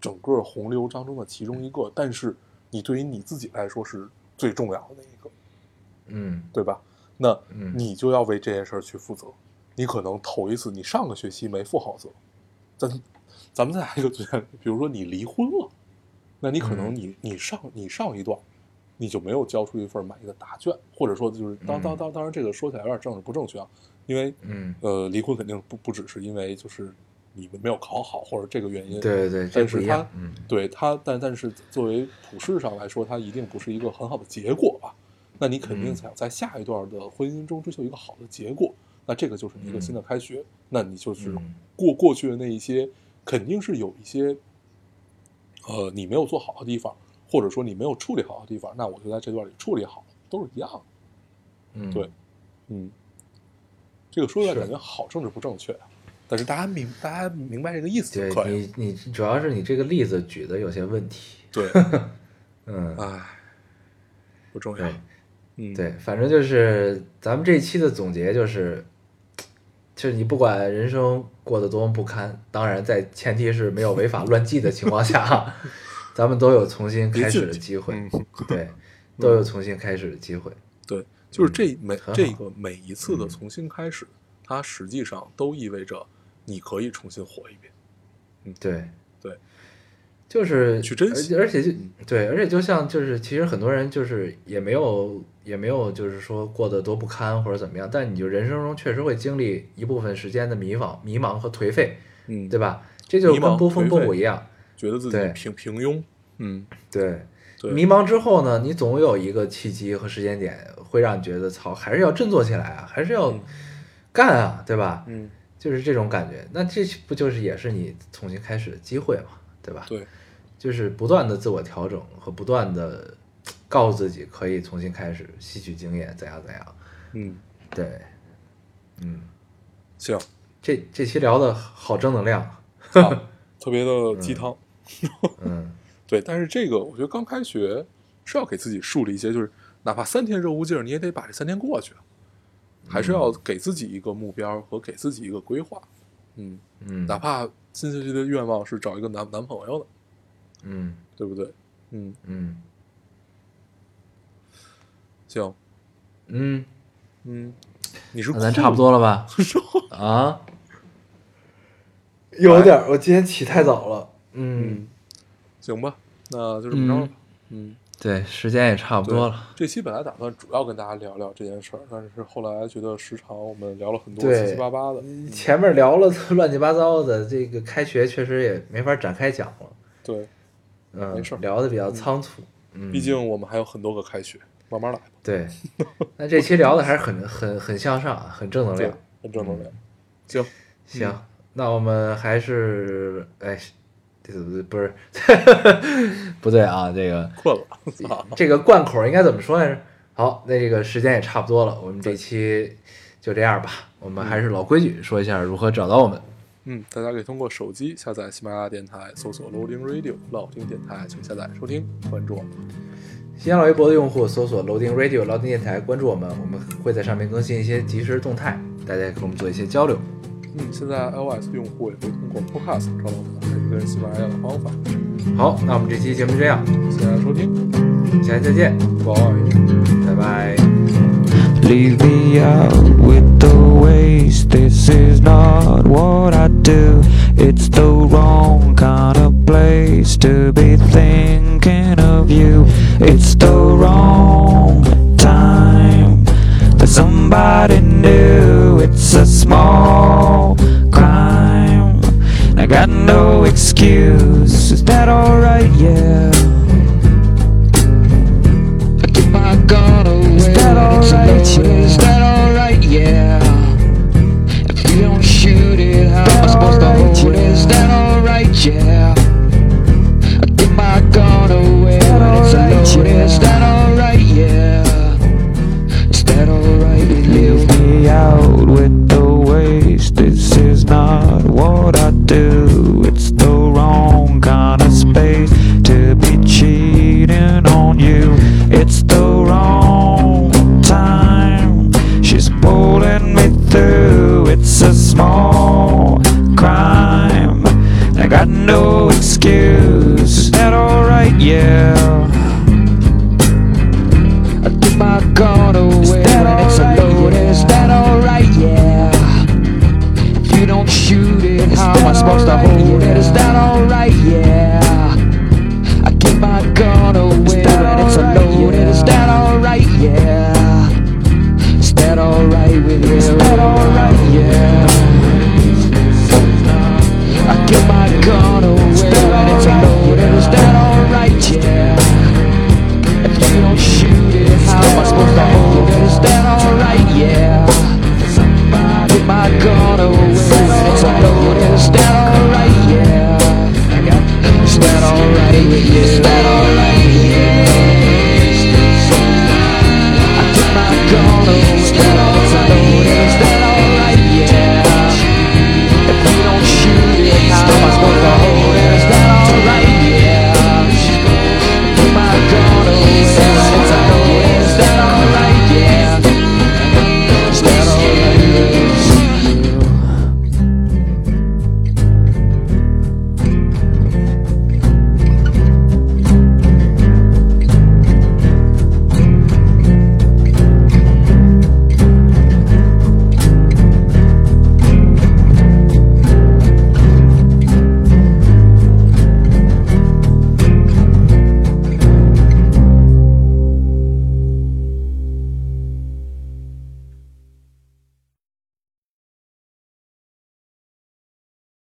[SPEAKER 2] 整个洪流当中的其中一个，但是你对于你自己来说是最重要的那一个，
[SPEAKER 1] 嗯
[SPEAKER 2] 对吧？那
[SPEAKER 1] 嗯
[SPEAKER 2] 你就要为这件事儿去负责。你可能头一次，你上个学期没负好责，咱咱们再来一个最，比如说你离婚了，那你可能
[SPEAKER 1] 嗯
[SPEAKER 2] 你、你上你上一段，你就没有交出一份满意的答卷，或者说就是当当当当然这个说起来有点政治不正确啊，因为
[SPEAKER 1] 嗯，
[SPEAKER 2] 呃离婚肯定不不只是因为就是你们没有考好或者这个原因，
[SPEAKER 1] 对对，这
[SPEAKER 2] 但
[SPEAKER 1] 不
[SPEAKER 2] 是
[SPEAKER 1] 一
[SPEAKER 2] 它
[SPEAKER 1] 样，嗯
[SPEAKER 2] 对它，但但是作为普世上来说，它一定不是一个很好的结果吧？那你肯定
[SPEAKER 1] 嗯
[SPEAKER 2] 想在下一段的婚姻中追求一个好的结果，那这个就是一个新的开学。那你就是
[SPEAKER 1] 嗯
[SPEAKER 2] 过过去的那一些，肯定是有一些，呃，你没有做好的地方，或者说你没有处理好的地方，那我就在这段里处理好，都是一样的。
[SPEAKER 1] 嗯，
[SPEAKER 2] 对嗯，这个说出来
[SPEAKER 1] 是
[SPEAKER 2] 感觉好政治不正确啊，但是大家明大家明白这个意思就可
[SPEAKER 1] 对
[SPEAKER 2] 以了。
[SPEAKER 1] 你你主要是你这个例子举的有些问题，
[SPEAKER 2] 对，
[SPEAKER 1] 嗯，
[SPEAKER 2] 唉，不重要
[SPEAKER 1] 对。
[SPEAKER 2] 嗯，
[SPEAKER 1] 对，反正就是咱们这一期的总结就是，就是你不管人生过得多么不堪，当然在前提是没有违法乱纪的情况下 啊，咱们都有重新开始的机会，
[SPEAKER 2] 嗯，
[SPEAKER 1] 对，都有重新开始的机会，
[SPEAKER 2] 对，就是这每
[SPEAKER 1] 嗯很好嗯
[SPEAKER 2] 这个每一次的重新开始，它实际上都意味着你可以重新活一遍。
[SPEAKER 1] 对
[SPEAKER 2] 对，
[SPEAKER 1] 就是
[SPEAKER 2] 去珍惜
[SPEAKER 1] 而且而且就对，而且就像就是其实很多人就是也没有也没有就是说过得多不堪或者怎么样，但你就人生中确实会经历一部分时间的迷惘、迷茫和颓废。
[SPEAKER 2] 嗯
[SPEAKER 1] 对？吧？这就
[SPEAKER 2] 迷茫
[SPEAKER 1] 跟波峰
[SPEAKER 2] 颓
[SPEAKER 1] 波
[SPEAKER 2] 废
[SPEAKER 1] 谷一样，
[SPEAKER 2] 觉得自己
[SPEAKER 1] 对
[SPEAKER 2] 平平庸，嗯，
[SPEAKER 1] 对，
[SPEAKER 2] 对，
[SPEAKER 1] 迷茫之后呢，你总有一个契机和时间点，会让你觉得操，还是要振作起来啊，还是要
[SPEAKER 2] 嗯
[SPEAKER 1] 干啊，对吧？
[SPEAKER 2] 嗯，
[SPEAKER 1] 就是这种感觉。那这不就是也是你重新开始的机会嘛，对吧？
[SPEAKER 2] 对，
[SPEAKER 1] 就是不断的自我调整和不断的告诉自己可以重新开始，吸取经验，怎样怎样。
[SPEAKER 2] 嗯，
[SPEAKER 1] 对，嗯，
[SPEAKER 2] 行，
[SPEAKER 1] 这这期聊的好正能量啊，
[SPEAKER 2] 好特别的鸡汤。
[SPEAKER 1] 嗯
[SPEAKER 2] 对，但是这个我觉得刚开学是要给自己树立一些，就是哪怕三天热乎劲儿，你也得把这三天过去啊，还
[SPEAKER 1] 嗯
[SPEAKER 2] 是要给自己一个目标和给自己一个规划。嗯，
[SPEAKER 1] 嗯
[SPEAKER 2] 哪怕新学期的愿望是找一个男男朋友呢，
[SPEAKER 1] 嗯
[SPEAKER 2] 对不对？嗯，
[SPEAKER 1] 嗯
[SPEAKER 2] 行，
[SPEAKER 1] 嗯，
[SPEAKER 2] 嗯，你是
[SPEAKER 1] 那咱
[SPEAKER 2] 酷
[SPEAKER 1] 差不多了 吧？啊，有点儿，我今天起太早了。嗯，
[SPEAKER 2] 行吧？那就这么着了吧。嗯，
[SPEAKER 1] 对，时间也差不
[SPEAKER 2] 对
[SPEAKER 1] 多了。。
[SPEAKER 2] 这期本来打算主要跟大家聊聊这件事儿，但是后来觉得时长我们聊了很多
[SPEAKER 1] 对
[SPEAKER 2] 七七八八的。嗯
[SPEAKER 1] 前面聊了 乱七八糟的，这个开学确实也没法展开讲了。
[SPEAKER 2] 对，
[SPEAKER 1] 嗯，
[SPEAKER 2] 没事儿
[SPEAKER 1] 聊的比较仓促。嗯，
[SPEAKER 2] 毕竟我们还有很多个开学，慢慢来吧。
[SPEAKER 1] 对， 那这期聊的还是很很很向上啊，很正能
[SPEAKER 2] 对
[SPEAKER 1] 量。，
[SPEAKER 2] 很正能量。行，
[SPEAKER 1] 嗯行，那我们还是哎，这个不是 不对啊，这个
[SPEAKER 2] 困了。
[SPEAKER 1] 这个贯口应该怎么说来着？好，那这个时间也差不多了，我们这期就这样吧。我们还是老规矩，说一下如何找到我们。
[SPEAKER 2] 嗯，大家可以通过手机下载喜马拉雅电台，搜索 Loading Radio 老听电台，请下载收听，关注我们。
[SPEAKER 1] 新浪微博的用户搜索 Loading Radio 老丁电台，关注我们，我们会在上面更新一些即时动态，大家也跟我们做一些交流。
[SPEAKER 2] 嗯，现在 iOS 用户也会通过 Podcast 找到我们，还有一个喜马拉雅的方法。
[SPEAKER 1] 好，那我们这期节目就这样，
[SPEAKER 2] 谢谢大家收听，
[SPEAKER 1] 下期再见，
[SPEAKER 2] 保安。
[SPEAKER 1] 拜拜。
[SPEAKER 4] Leave me out with the waste. This is not what I do. It's the wrong kind of place to be thinking of you. It's the wrong time that somebody knew. It's a small crime. I got no excuse. Is that alright? Yeah. oh, oh,